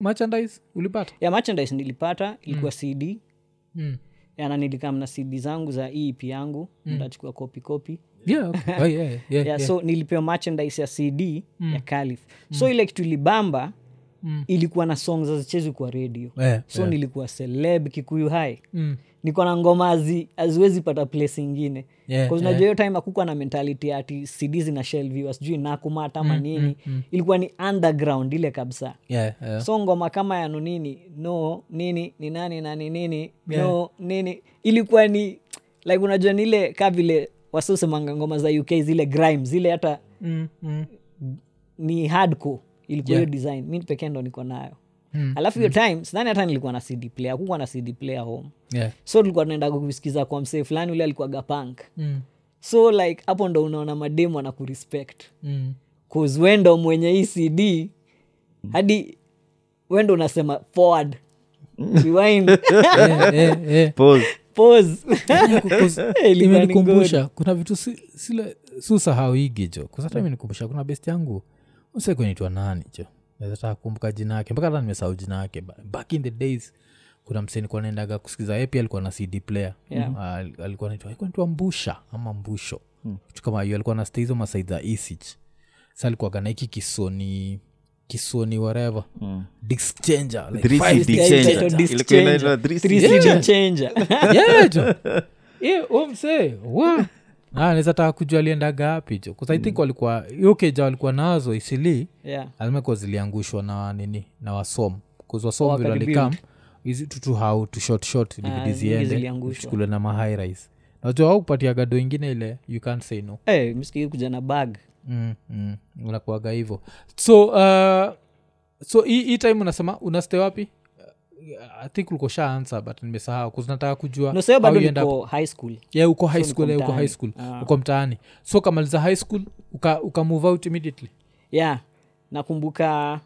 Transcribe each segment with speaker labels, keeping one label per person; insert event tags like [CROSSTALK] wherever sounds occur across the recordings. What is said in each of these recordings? Speaker 1: merchandise ulipata
Speaker 2: ya merchandise nilipata ilikuwa cd Hmm.
Speaker 1: mm.
Speaker 2: ana nilikam na cd zangu za ep yangu ndachukua kopi kopi
Speaker 1: yeah,
Speaker 2: [LAUGHS]
Speaker 1: okay. oh, yeah, yeah, yeah.
Speaker 2: yeah, so nilipewa merchandise ya cd ya calif so ile kitu ilibamba
Speaker 1: Mm.
Speaker 2: ilikuwa na song zazichezwi kwa redio
Speaker 1: Yeah,
Speaker 2: so Hmm. nilikuwa celeb kikuyu hai
Speaker 1: Mm.
Speaker 2: niko na ngoma hazi- haziwezi pata place ingine
Speaker 1: Yeah,
Speaker 2: 'Cause unajua hiyo time hakukwa na mentality ati cd zina shelviwa sijui nakumata
Speaker 1: Mm,
Speaker 2: ama nini ilikuwa ni underground ile kabisa
Speaker 1: Yeah, yeah.
Speaker 2: so ngoma kama ya no nini no nini ni nani nani nini no nini ilikuwa ni like unajua ni ile ka vile wasiosemanga ngoma za uk zile grime zile hata
Speaker 1: Mm,
Speaker 2: hmm.
Speaker 1: mm.
Speaker 2: ni hardcore ilikuwa hiyo design mi pekee ndo niko nayo
Speaker 1: Mm,
Speaker 2: alafu hiyo time sidhani hata nilikuwa na cd player hakukuwa na cd player home
Speaker 1: Yeah.
Speaker 2: so tulikuwa tunaenda kusikiza kwa msee fulani ule alikuwa gapunk
Speaker 1: Mm,
Speaker 2: so like hapo ndo unaona mademu ana kurespect
Speaker 1: mm.
Speaker 2: cause wendo mwenye hii cd hadi wendo unasema forward rewind [LAUGHS]
Speaker 1: Yeah, yeah, yeah.
Speaker 3: Pause.
Speaker 2: pause [LAUGHS] Yaani Ilikuwa ni
Speaker 1: imenikumbusha kuna vitu si- sile susahauigi jo kusata imenikumbusha kuna best yangu usekunitwa nani jo nazataa kumbuka jina yake mpaka hata nimesahau jina yake Ba- back in the days kuna mseni kwa naendaga kusikiza ye pia alikuwa na cd player
Speaker 2: Yeah.
Speaker 1: Ah, al- alikuwa naitwa alikuwa naitwa mbusha ama mbusho kitu kama hiyo alikuwa na stay hizo masaid za esich sa alikuwaga na hiki kisoni kisoni whatever disc changer like
Speaker 3: Three
Speaker 1: five
Speaker 3: CD
Speaker 1: disc
Speaker 2: changer.
Speaker 3: changer.
Speaker 2: Disc
Speaker 3: Ilikuwa
Speaker 2: changer.
Speaker 3: inaitwa three
Speaker 2: Three
Speaker 3: CD.
Speaker 2: CD changer. [LAUGHS]
Speaker 1: Eh, Ah, naweza taka kujua aliendaga hapi jo
Speaker 2: Mm.
Speaker 1: kusaithink walikuwa hiyo keja walikuwa nazo isili
Speaker 2: Yeah.
Speaker 1: alimekuwa ziliangushwa na nini na wasom bcause wasom vile
Speaker 2: wakarebuild.
Speaker 1: walikam hizi tutu hau tu short short dvd
Speaker 2: Ah, nyingi
Speaker 1: ziende
Speaker 2: ziliangushwa.
Speaker 1: chukuliwe na mahairais najua au kupatia gado ingine ile you can't say no
Speaker 2: Hey, msikii kuja na bag
Speaker 1: Mm, mm, unakuaga hivo so uh, so hii hii time unasema unaste wapi Uh, i think ulikosha answer but nimesahau kuzinataka kujua
Speaker 2: noseo
Speaker 1: how
Speaker 2: bado
Speaker 1: you end up-
Speaker 2: niko high school
Speaker 1: yeah, uko high
Speaker 2: So,
Speaker 1: school
Speaker 2: niko
Speaker 1: yeah, uko high
Speaker 2: mtaani.
Speaker 1: school
Speaker 2: Ah.
Speaker 1: uko mtaani so ukamaliza high school uka, uka move out immediately
Speaker 2: yeah nakumbuka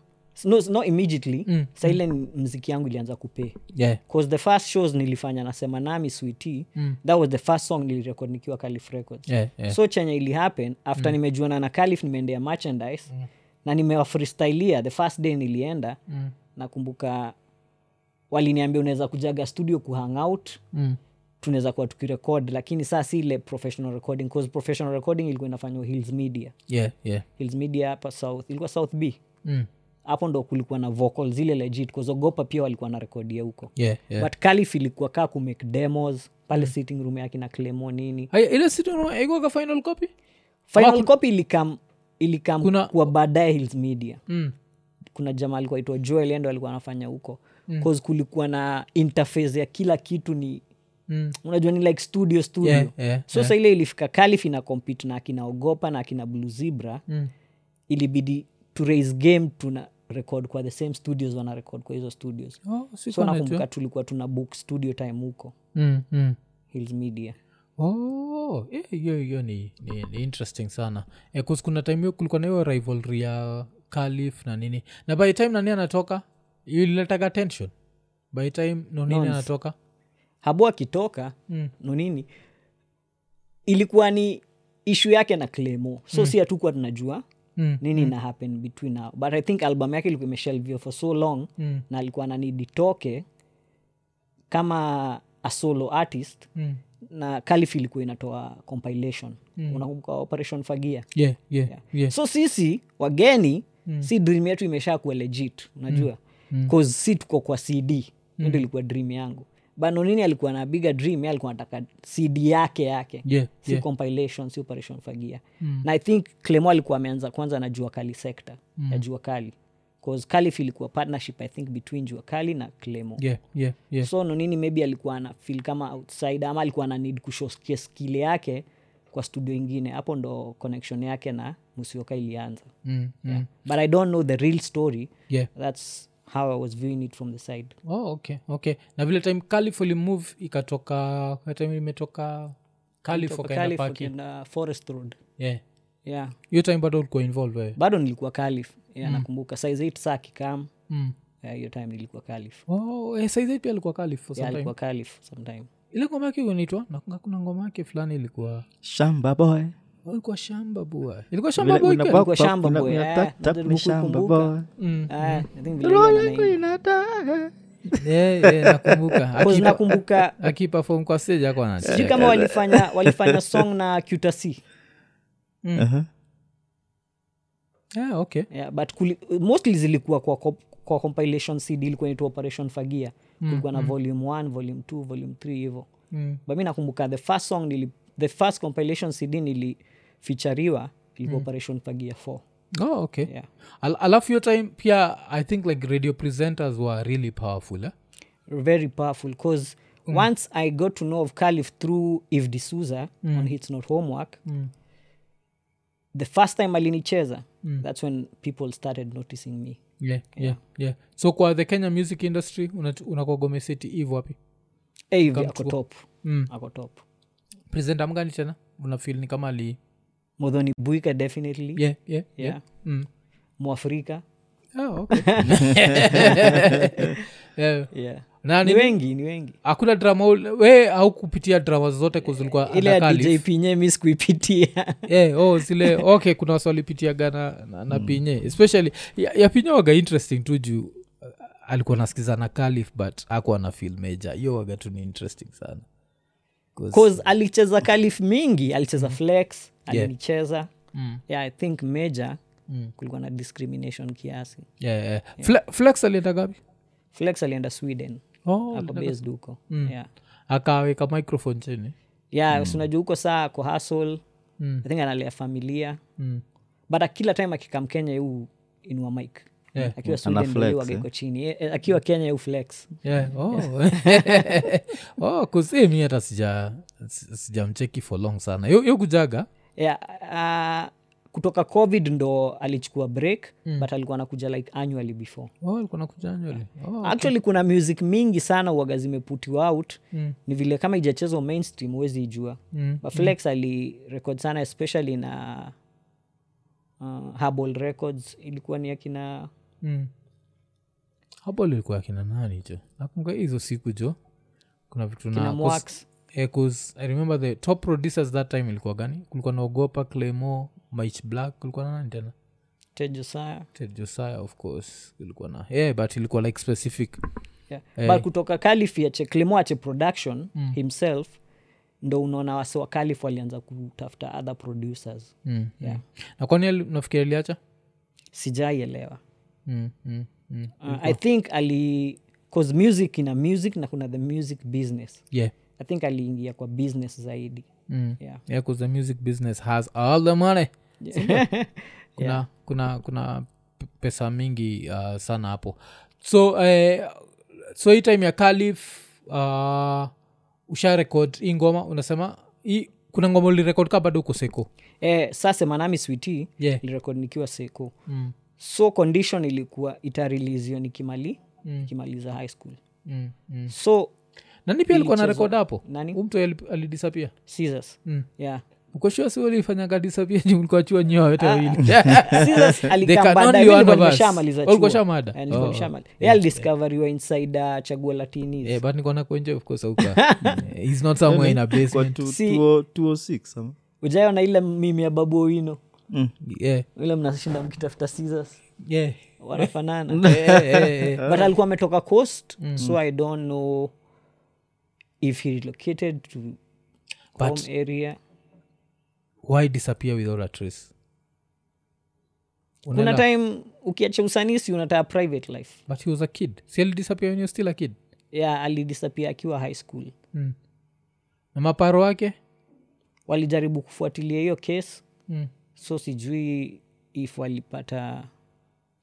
Speaker 2: no, no immediately
Speaker 1: Mm,
Speaker 2: mm. saile mziki yangu ilianza kupee
Speaker 1: yeah.
Speaker 2: cause the first shows nilifanya nasema nami switi
Speaker 1: Mm.
Speaker 2: that was the first song nilirekod nikiwa calif records
Speaker 1: Yeah, yeah. Mm.
Speaker 2: so chenye ili happen after nimejuana na calif nimeendea merchandise na nimewafreestylia the first day nilienda
Speaker 1: Mm.
Speaker 2: nakumbuka waliniambia unaweza kujaga studio kuhang out
Speaker 1: Mm.
Speaker 2: tunaweza kuwa tukirekod lakini saa si ile professional recording cause professional recording ilikuwa inafanywa hills media
Speaker 1: Yeah, yeah.
Speaker 2: hills media hapa south ilikuwa south b
Speaker 1: Mm.
Speaker 2: hapo ndo kulikuwa na vocal zile legit kuzogopa pia walikuwa na rekodia huko
Speaker 1: Yeah, yeah. Mm.
Speaker 2: but calif ilikuwa kaa kumake demos pale sitting room yake na clemo nini
Speaker 1: Aya, ile sitikoka final copy
Speaker 2: final copy ilikam ilikam
Speaker 1: Kuna-
Speaker 2: kuwa baadaye hills media
Speaker 1: mm.
Speaker 2: kuna jamaa alikuwa aitwa joel yeye ndo alikuwa anafanya huko mm. kulikuwa na interface ya kila kitu ni
Speaker 1: Mm.
Speaker 2: unajua ni like studio studio
Speaker 1: Yeah, yeah,
Speaker 2: so sa ile ilifika calif ina compete na akinaogopa na akina blue zebra
Speaker 1: Mm.
Speaker 2: ilibidi to raise game tuna record kwa the same studios wana record kwa hizo studios
Speaker 1: Oh, si
Speaker 2: so
Speaker 1: kuna
Speaker 2: nakumbuka
Speaker 1: jua.
Speaker 2: tulikuwa tuna book studio time huko
Speaker 1: Mm, mm.
Speaker 2: hills media
Speaker 1: Oh, eh, hiyo hiyo ni, ni, ni interesting sana eh, 'cause kuna time hiyo kulikuwa na hiyo rivalry ya calif na nini na by the time nani anatoka ililetaga tension by the time nonini
Speaker 2: Nonce.
Speaker 1: anatoka
Speaker 2: habo akitoka
Speaker 1: Mm.
Speaker 2: no nini ilikuwa ni ishu yake na clemo so si hatukuwa tunajua
Speaker 1: Mm.
Speaker 2: nini ina happen between now but i think album yake ilikuwa imeshelvio for so long
Speaker 1: Mm.
Speaker 2: na alikuwa ananidi toke kama a solo artist
Speaker 1: Mm.
Speaker 2: na calif ilikuwa inatoa compilation unakumbuka operation fagia
Speaker 1: yeah, yeah, yeah.
Speaker 2: so sisi wageni si dream yetu imesha kuwa legit unajua mm. cause si tuko kwa cd mm. ndo ilikuwa dream yangu banonini alikuwa na biga dream yeye alikuwa anataka cd yake yake
Speaker 1: Yeah,
Speaker 2: si
Speaker 1: yeah.
Speaker 2: compilation si operation fagia mm. na i think clemo alikuwa ameanza kwanza na jua kali sector mm. ya jua kali cause calif ilikuwa partnership i think between jua kali na clemo
Speaker 1: Yeah, yeah, yeah.
Speaker 2: so nonini maybe alikuwa ana fil kama outside ama alikuwa ana need kushoskia skile yake kwa studio ingine hapo ndo connection yake na musioka ilianza
Speaker 1: Mm, mm.
Speaker 2: but i don't know the real story
Speaker 1: Yeah.
Speaker 2: that's how i was viewing it from the side
Speaker 1: Oh, okay, okay. na vile time calif ulimove ikatoka kuna time imetoka calif
Speaker 2: Kutoka
Speaker 1: ukaenda
Speaker 2: Calif
Speaker 1: paki
Speaker 2: ukienda forest road
Speaker 1: Yeah.
Speaker 2: yeah
Speaker 1: hiyo time bado ulikuwa involved wewe
Speaker 2: bado nilikuwa calif yeah, nakumbuka size 8 saa kikam
Speaker 1: mm.
Speaker 2: yeah, hiyo time nilikuwa calif
Speaker 1: oh, eh, saizi pia alikuwa calif for
Speaker 2: yeah,
Speaker 1: some time
Speaker 2: alikuwa calif sometime
Speaker 1: Mm. ile ngoma yake unaitwa na kuna- kuna ngoma yake fulani ilikuwa
Speaker 3: shamba boy
Speaker 1: walikuwa shamba bua ilikuwa shamba bua ikiwa-
Speaker 2: kwa shamba boy, eh, unajaribu kukumbuka.
Speaker 1: Mm.
Speaker 2: Ah, I think vile jana na hii.
Speaker 1: Eh, eh,
Speaker 2: [LAUGHS]
Speaker 1: nakumbuka
Speaker 2: Cause
Speaker 1: Akipa-
Speaker 2: nakumbuka
Speaker 1: akipafom kwa stage ako
Speaker 2: sijui kama walifanya walifanya song na qtc
Speaker 3: Uh-huh.
Speaker 1: Ah, okay
Speaker 2: yeah, but kuli, mostly zilikuwa kwa, comp- kwa compilation cd ilikuwa inaitwa operation fagia kulikuwa na volume 1 volume 2 volume 3 hivo
Speaker 1: Mm.
Speaker 2: but mi nakumbuka the first song nili, the first compilation cd nilifichariwa ilikuwa
Speaker 1: Mm.
Speaker 2: operation fagia 4
Speaker 1: oh, okay
Speaker 2: yeah.
Speaker 1: Al- alafu hiyo time pia i think like radio presenters were really powerful eh?
Speaker 2: very powerful because
Speaker 1: Mm.
Speaker 2: once i got to know of calif through if D'Souza on hits not homework
Speaker 1: Mm.
Speaker 2: the first time alinicheza
Speaker 1: Mm.
Speaker 2: that's when people started noticing me
Speaker 1: yeah, yeah. Yeah, so kwa the kenya music industry unach- unakogomeseti hivo wapi
Speaker 2: Eh, hivi ako top
Speaker 1: Mm.
Speaker 2: ako top
Speaker 1: presenta mgani tena unafil ni kama ali
Speaker 2: modhoni buika definitely
Speaker 1: yeah, yeah,
Speaker 2: yeah.
Speaker 1: Mm.
Speaker 2: mwafrika
Speaker 1: Oh, okay. [LAUGHS] yeah.
Speaker 2: yeah.
Speaker 1: Na
Speaker 2: ni
Speaker 1: nini-
Speaker 2: wengi ni wengi
Speaker 1: hakuna drama ul- we au kupitia drama zote kuzilikuwa
Speaker 2: ile ya djp nye mi sikuipitia
Speaker 1: yeah, oh, zile okay kuna waswalipitiaga na, na, na pinye especially ya, ya pinye waga interesting tu juu uh, alikuwa nasikiza na calif but akuwa na fil meja hiyo waga tu ni interesting sana 'Cause-
Speaker 2: cause alicheza kalif mingi alicheza flex alinicheza
Speaker 1: Mm.
Speaker 2: yeah, i think major
Speaker 1: Mm.
Speaker 2: kulikuwa na discrimination kiasi
Speaker 1: yeah, yeah. Fle- flex alienda gapi
Speaker 2: flex alienda sweden
Speaker 1: oh,
Speaker 2: ako
Speaker 1: alienda-
Speaker 2: based huko yeah.
Speaker 1: akaweka microphone chini
Speaker 2: yeah mm. sinajua huko saa ako hasl
Speaker 1: Mm.
Speaker 2: i think analea familia
Speaker 1: mm.
Speaker 2: but kila time akikam kenya huu inua mik
Speaker 1: Yeah.
Speaker 2: akiwa
Speaker 3: Ana flex,
Speaker 2: swedengewageko chini Eh, eh, akiwa kenya huu flex
Speaker 1: Yeah, [LAUGHS] oh. oh, kusemi hata sija si- sijamcheki for long sana yo, yo kujaga
Speaker 2: yeah, uh, kutoka covid ndo alichukua break mm. but alikuwa anakuja like annually before
Speaker 1: oh, alikuwa nakujanywali oh.
Speaker 2: actually kuna music mingi sana uaga zimeputiwa out
Speaker 1: Mm.
Speaker 2: ni vile kama ijachezwa mainstream huwezi ijua
Speaker 1: mm.
Speaker 2: but flex alirekod sana especially na uh, Hubble records ilikuwa ni akina
Speaker 1: mm. hapo lilikuwa akina nani jo nakumbuka hizo siku jo kuna vitu
Speaker 2: kina
Speaker 1: na cause-
Speaker 2: mwax
Speaker 1: eh, cause i remember the top producers that time ilikuwa gani kulikuwa naogopa claymo mich black kulikuwa na nani tena
Speaker 2: tejo saa
Speaker 1: Ted josiah of course ilikuwa na yeah, but ilikuwa like specific
Speaker 2: yeah.
Speaker 1: Eh.
Speaker 2: but kutoka kalifi ache klimo ache production mm. himself ndo unaona wase wa kalif walianza kutafuta other producers
Speaker 1: mm. yeah. na kwani ali- nafikiri aliacha
Speaker 2: sijaielewa
Speaker 1: mm. mm. mm.
Speaker 2: uh, i think ali cause music ina music na kuna the music business
Speaker 1: yeah
Speaker 2: i think aliingia kwa business zaidi
Speaker 1: mm.
Speaker 2: yeah.
Speaker 1: yeah, cause the music business has all the money kuna,
Speaker 2: [LAUGHS] Yeah.
Speaker 1: kuna, kuna p- pesa mingi uh, sana hapo so eh, so hii time ya kalif uh, usha record hii ngoma unasema hii, kuna ngoma ulirekod ka bado uko seko
Speaker 2: eh, sasa manami switi
Speaker 1: Yeah.
Speaker 2: ilirekod nikiwa seko
Speaker 1: mm.
Speaker 2: so condition ilikuwa itarelizio nikimali
Speaker 1: Mm.
Speaker 2: nikimaliza high school
Speaker 1: Mm. Mm.
Speaker 2: so
Speaker 1: nani pia alikuwa na
Speaker 2: Ilichezwa-
Speaker 1: rekod hapo
Speaker 2: nani?
Speaker 1: Huyu mtu ali- alidisapia
Speaker 2: Scissors.
Speaker 1: Mm.
Speaker 2: yeah
Speaker 1: ukoshua si ulifanyaga disapia juu mlikuwa chua nyiwa
Speaker 2: Ah.
Speaker 1: wote wawili [LAUGHS]
Speaker 2: Scissors
Speaker 1: They can
Speaker 2: alikam
Speaker 1: only
Speaker 2: baadaye,
Speaker 1: one
Speaker 2: mimi
Speaker 1: of
Speaker 2: nilikuwa
Speaker 1: us.
Speaker 2: nimeshamaliza
Speaker 1: Oh,
Speaker 2: chuo.
Speaker 1: ulikuwa shamada?
Speaker 2: Eh, nilikuwa
Speaker 1: Oh.
Speaker 2: nishamali- Yeye alidiscoveriwa inside uh, chaguo la teenies.
Speaker 1: Eh, but nikuona kuenje of course
Speaker 2: [LAUGHS]
Speaker 1: auka he's not somewhere in a basement
Speaker 2: Si-
Speaker 3: 206 ama?
Speaker 2: Hujaiona ile mimi ya babu owino
Speaker 3: Mm.
Speaker 1: yeah.
Speaker 2: ile mnashinda mkitafuta scissors
Speaker 1: Yeah. [LAUGHS]
Speaker 2: wanafanana
Speaker 1: Eh, eh, eh.
Speaker 2: but alikuwa ametoka coast
Speaker 1: Mm-hmm.
Speaker 2: so i don't know if he relocated to
Speaker 1: But-
Speaker 2: home area
Speaker 1: why disappear without a trace
Speaker 2: kuna
Speaker 1: Unaenda-
Speaker 2: time ukiacha usanisi unataka private life
Speaker 1: but he was a kid si alidisappear when he was still a kid
Speaker 2: yeah alidisapia akiwa high school
Speaker 1: mm. na maparo wake
Speaker 2: walijaribu kufuatilia hiyo case
Speaker 1: mm.
Speaker 2: so sijui if walipata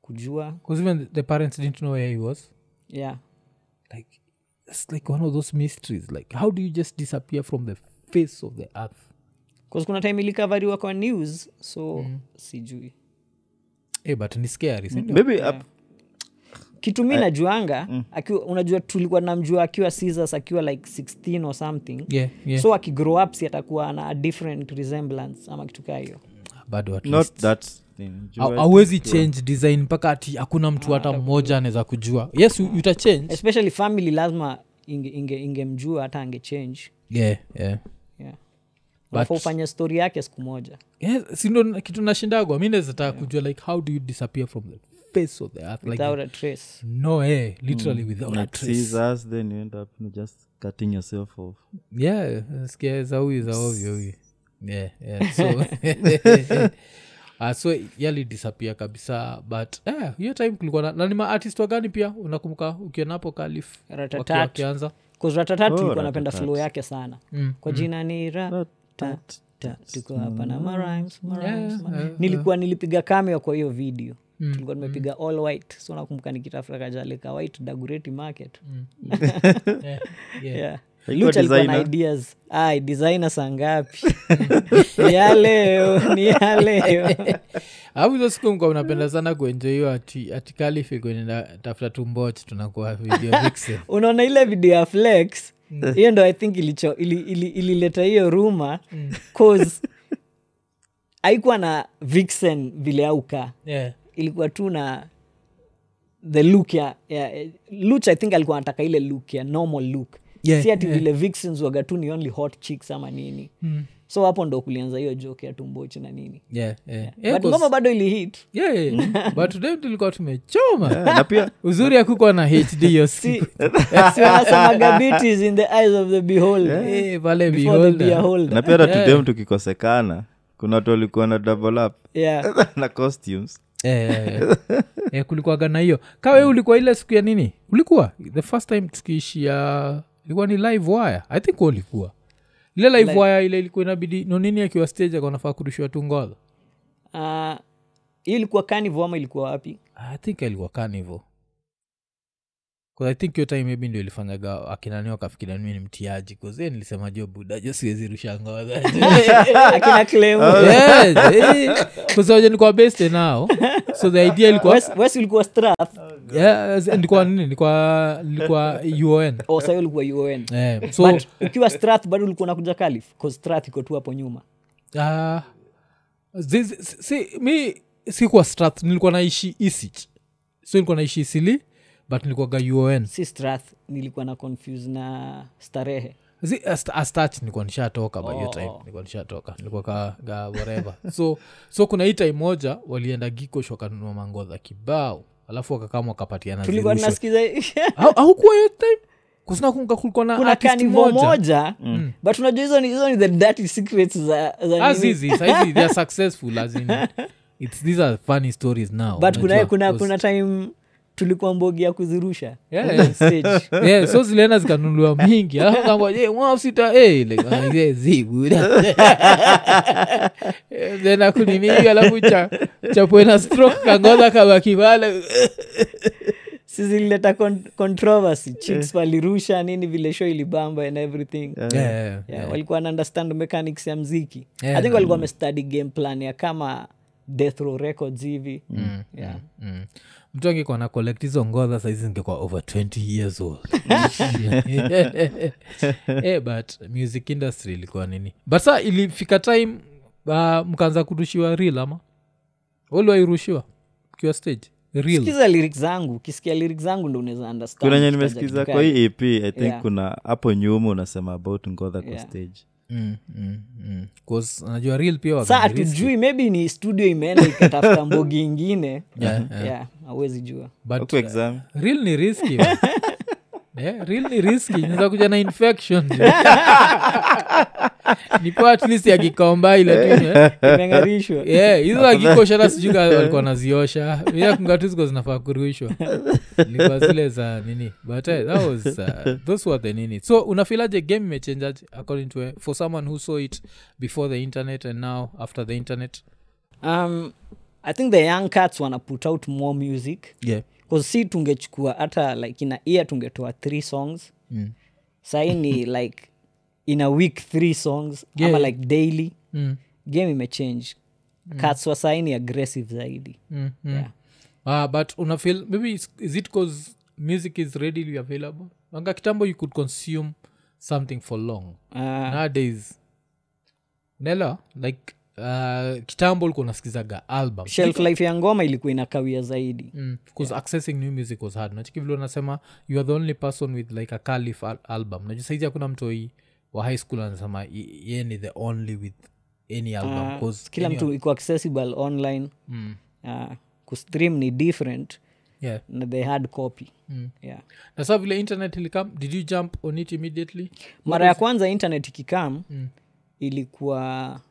Speaker 2: kujua
Speaker 1: 'Cause even the parents didn't know where he was
Speaker 2: yeah
Speaker 1: like it's like one of those mysteries like how do you just disappear from the face of the earth
Speaker 2: Cause kuna time ilikavariwa kwa news so
Speaker 1: Mm-hmm.
Speaker 2: sijui
Speaker 1: hey, Eh, but ni scary si ndio?
Speaker 3: Maybe up-
Speaker 2: kitu
Speaker 1: Eh.
Speaker 2: mi najuanga
Speaker 1: Mm.
Speaker 2: akiwa unajua tulikuwa namjua akiwa Caesars akiwa like 16 or something
Speaker 1: yeah, yeah.
Speaker 2: so akigrow up si atakuwa na a different resemblance ama kitu kaa hiyo
Speaker 1: bado at
Speaker 3: not
Speaker 1: least
Speaker 3: that thing. Juu I-
Speaker 1: awezi change design mpaka ati hakuna mtu hata mmoja anaweza kujua yes u- uta change
Speaker 2: especially family lazima ingemjua inge, inge ingemjua hata angechange
Speaker 1: yeah, yeah.
Speaker 2: yeah. unafaa ufanye stori yake siku moja
Speaker 1: yes, sindo na- kitu nashindagwa mi nawezataa kujua like how do you disappear from the face of the earth like
Speaker 2: without a trace
Speaker 1: no eh, literally without a
Speaker 3: Like
Speaker 1: trace
Speaker 3: scissors, then you end up you know, just cutting yourself off
Speaker 1: yeah sikia za huyu za ovyo huyu yeah, yeah. so [LAUGHS] Uh, so yali disappear kabisa but eh, hiyo time kulikuwa na, na ni maartist wagani pia unakumbuka ukianapo kalif
Speaker 2: Ratatat.
Speaker 1: wakianza
Speaker 2: kuzratatat
Speaker 3: Oh,
Speaker 2: ilikuwa napenda
Speaker 3: Ratatat.
Speaker 2: flow yake sana
Speaker 1: Mm,
Speaker 2: kwa jina ni ra ta- ta- tuko hapa na marimes, marimes,
Speaker 1: Yeah, Mm.
Speaker 2: marimes.
Speaker 1: eh,
Speaker 2: nilikuwa nilipiga cameo kwa hiyo video tulikuwa nimepiga all white so nakumbuka nikitafuta kajale ka white dagureti market
Speaker 1: yeah, yeah.
Speaker 2: yeah.
Speaker 3: Haikuwa
Speaker 2: Luch alikuwa na
Speaker 3: designer.
Speaker 2: ideas ai designer saa ngapi [LAUGHS] ni ya leo ni ya leo
Speaker 1: alafu hizo siku mkuwa mnapenda sana kuenjoiwa ati, ati kalife kwenye tafuta tumboch tunakuwa video vixen
Speaker 2: unaona ile video ya flex
Speaker 1: Mm.
Speaker 2: hiyo ndo i think ilicho ili- ili- ilileta hiyo ruma
Speaker 1: Mm.
Speaker 2: cause haikuwa na vixen vile aukaa
Speaker 1: yeah.
Speaker 2: ilikuwa tu na the look ya, ya luch i think alikuwa anataka ile look ya normal look
Speaker 1: Yeah, Mm.
Speaker 2: si ati vile vixens waga tu ni only hot chicks ama nini so hapo ndo kulianza hiyo joke ya tumbochi na nini
Speaker 1: Yeah, yeah. Yeah,
Speaker 2: but
Speaker 1: 'cause-
Speaker 2: ngoma bado ilihit
Speaker 1: yeah, yeah. but today tulikuwa tumechoma
Speaker 3: Yeah, na pia
Speaker 1: uzuri akukuwa na hd hiyo [LAUGHS] siku
Speaker 2: wanasemaga beauty is in the eyes of the beholder
Speaker 1: Eh, pale
Speaker 2: before the beer
Speaker 1: beholder.
Speaker 3: na
Speaker 2: holder
Speaker 3: pia hata
Speaker 1: Yeah.
Speaker 3: tudem tukikosekana kuna watu walikuwa na double up [LAUGHS]
Speaker 2: yeah
Speaker 3: na costumes
Speaker 1: Eh, eh, eh. Eh, kulikuwaga na hiyo kawe
Speaker 2: Mm.
Speaker 1: ulikuwa ile siku ya nini ulikuwa the first time tukiishia ilikuwa ni live wire i think wewe ulikuwa ile live wire ile ilikuwa inabidi no nini akiwa stage akawa anafaa kurushiwa tu ngola
Speaker 2: Ah, hiyo ilikuwa kanivo ama ilikuwa wapi
Speaker 1: [LAUGHS] i think alikuwa kanivo i think hiyo time maybe ndio ilifanyaga akinani wakafikira mimi ni mtiaji kazie nilisema jo buda jo siwezi rusha ngoza
Speaker 2: akina Clem.
Speaker 1: [LAUGHS] Oh. Yes, eh. Kwa sababu nilikuwa best nao so the idea ilikuwa
Speaker 2: Wes- Wes ulikuwa strath
Speaker 1: yes, nilikuwa nini nilikuwa nilikuwa un
Speaker 2: o sahi ulikuwa uon
Speaker 1: eh, so
Speaker 2: but ukiwa strath bado ulikuwa nakuja kalif bcause strath iko tu hapo nyuma
Speaker 1: ah, zi- zi- si, mi sikuwa strath nilikuwa naishi isich so nilikuwa naishi isili but nilikuwaga un
Speaker 2: si strath nilikuwa na confuse na starehe
Speaker 1: Zi- ast- astach nilikuwa nishatoka by hiyo
Speaker 2: Oh.
Speaker 1: time nilikuwa nishatoka nilikuwa ka, ka whatever so so kuna hii time moja walienda gikosh wakanunua mangodha kibao alafu wakakama wakapatiana
Speaker 2: tulikuwa
Speaker 1: zirushwe.
Speaker 2: tunasikiza [LAUGHS]
Speaker 1: Au- aukuwa hiyo time kusinakumka kulikuwa na
Speaker 2: kuna
Speaker 1: Ah, artist
Speaker 2: kanivo
Speaker 1: moja Mm.
Speaker 2: moja but unajua hizo ni, hizo ni the dirty secrets za, za nini.
Speaker 1: azizi Ah, saizi theyare successful as in, it's, these are funny stories now
Speaker 2: but kuna,
Speaker 1: unajua,
Speaker 2: kuna,
Speaker 1: 'cause-
Speaker 2: kuna time tulikuwa mbogi ya kuzirusha
Speaker 1: Yeah.
Speaker 2: On stage.
Speaker 1: yeah, so zilienda
Speaker 2: [LAUGHS]
Speaker 1: zikanunuliwa mingi alafu kamba je mwausita eh, like, ah, yeah, zi, buda." Eh, [LAUGHS] then akuninihi alafu cha chapwena stroke kangoza kama kibale
Speaker 2: Si zilileta con- controversy chicks walirusha nini vile show ilibamba and everything yeah.
Speaker 1: yeah,
Speaker 2: walikuwa na understand mechanics ya mziki
Speaker 1: Yeah.
Speaker 2: i think walikuwa wamestudy game plan ya kama death row records hivi yeah.
Speaker 1: Mm. mtu angekuwa na collect hizo ngodha saizi ingekuwa over 20 years old [LAUGHS] eh, but music industry ilikuwa nini but saa ilifika time uh, mkaanza kurushiwa ril ama uliwairushiwa ukiwa stage ril
Speaker 2: sikiza lyrics zangu ukisikia lyrics zangu ndo unaweza understand
Speaker 3: kuna nye
Speaker 2: kitu cha
Speaker 3: nimesikiza
Speaker 2: Jackie
Speaker 3: kwa hii ep i think
Speaker 2: Yeah.
Speaker 3: kuna hapo nyuma unasema about ngodha kwa stage
Speaker 1: Mm, mm, mm. 'Cause najua ril pia
Speaker 2: Kai. saa
Speaker 1: waga ni risk.
Speaker 2: hatujui maybe ni studio imeenda ikatafuta mbogi ingine
Speaker 1: Yeah,
Speaker 2: [LAUGHS]
Speaker 1: yeah.
Speaker 2: yeah, awezi jua
Speaker 1: but uh,
Speaker 3: huku exam
Speaker 1: ril ni riski
Speaker 2: [LAUGHS]
Speaker 1: yeah, ril ni riski inaweza kuja na
Speaker 2: [LAUGHS]
Speaker 1: infection nipo at least yakikaomba ile tu eh.
Speaker 2: imeng'arishwa
Speaker 1: Yeah, hizo akikoshata sijui ka walikuwa naziosha kunga tu ziko zinafaa kuruishwa likuwa zile za nini but eh, that was, uh, those were the nini so unafilaje game imechangeaje according to eh, for someone who saw it before the internet and now after the internet
Speaker 2: um, i think the young cats wana put out more music
Speaker 1: yeah.
Speaker 2: bcause si tungechukua hata like in a year tungetoa three songs
Speaker 1: Mm.
Speaker 2: sahii
Speaker 1: [LAUGHS]
Speaker 2: ni like in a week three songs
Speaker 1: Yeah.
Speaker 2: ama like daily
Speaker 1: mm,
Speaker 2: game imechange mm. cats wa sahii ni aggressive zaidi
Speaker 1: mm, mm.
Speaker 2: Yeah.
Speaker 1: Ah, but unafil maybe is, is it cause music is readily available anga kitambo you could consume something for long
Speaker 2: uh,
Speaker 1: nowadays nela like uh, kitambo ulikuwa unasikizaga album
Speaker 2: shelf life ya ngoma ilikuwa inakawia zaidi
Speaker 1: because Mm, accessing new music was hard nachiki vile unasema you are the only person with like a calif al- album najua saizi hakuna mtoi wa high school anasema y- yeye ni the only with any album
Speaker 2: Ah,
Speaker 1: 'cause
Speaker 2: kila
Speaker 1: any
Speaker 2: mtu iko accessible online
Speaker 1: al- mm,
Speaker 2: uh, kustream ni different
Speaker 1: yeah.
Speaker 2: na the hard copy
Speaker 1: Mm.
Speaker 2: yeah.
Speaker 1: na saa vile internet ilikam did you jump on it immediately
Speaker 2: mara ya kwanza internet ikikam
Speaker 1: Mm.
Speaker 2: ilikuwa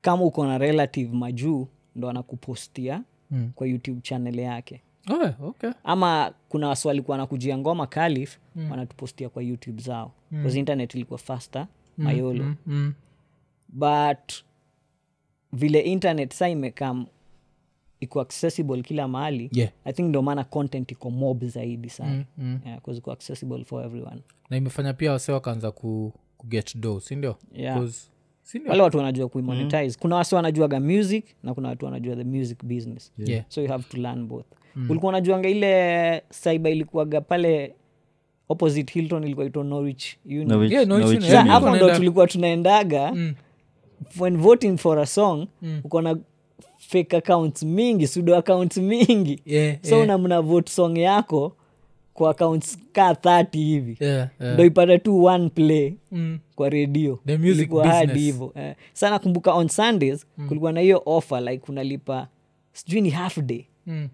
Speaker 2: kama uko na relative majuu ndo anakupostia
Speaker 1: Mm.
Speaker 2: kwa youtube channel yake
Speaker 1: oh, okay
Speaker 2: ama kuna wasi walikuwa nakujia ngoma kalif mm. wanatupostia kwa youtube zao mm. internet ilikuwa faster mm. mayolo
Speaker 1: mm, mm.
Speaker 2: but vile internet sa imekam iko accessible kila mahali
Speaker 1: Yeah.
Speaker 2: i think ndo maana content iko mob zaidi sana
Speaker 1: Mm, mm.
Speaker 2: yeah, 'cause iko accessible for everyone
Speaker 1: na imefanya pia wase wakaanza ku, ku get do sindio
Speaker 2: Yeah.
Speaker 1: 'Cause- sindio
Speaker 2: wale watu wanajua kuimonetize mm. kuna wasi wanajuaga music na kuna watu wanajua the music business
Speaker 1: Yeah.
Speaker 2: so you have to learn both mm. ulikuwa unajuanga ile saiba ilikuwaga pale opposite hilton ilikuwa itwa norwich Union.
Speaker 3: Norwich-
Speaker 1: Yeah, no, it's
Speaker 3: Norwich
Speaker 1: in-
Speaker 2: Sa
Speaker 1: Yeah,
Speaker 3: Union.
Speaker 1: nilikuwa
Speaker 2: hapo ndo
Speaker 1: naenda-
Speaker 2: tulikuwa tunaendaga
Speaker 1: Mm.
Speaker 2: when voting for a song uko na fake accounts mingi sudo accounts mingi
Speaker 1: Yeah,
Speaker 2: so
Speaker 1: yeah.
Speaker 2: una mna vote song yako kwa accounts ka 30 hivi
Speaker 1: Yeah, yeah.
Speaker 2: ndo ipata tu one play
Speaker 1: Eh. Mm.
Speaker 2: kwa redio
Speaker 1: The music
Speaker 2: Ilikuwa hadi
Speaker 1: business. Mm.
Speaker 2: hivo eh. sana kumbuka on sundays kulikuwa na hiyo offer like unalipa sijui ni half day
Speaker 1: Mm.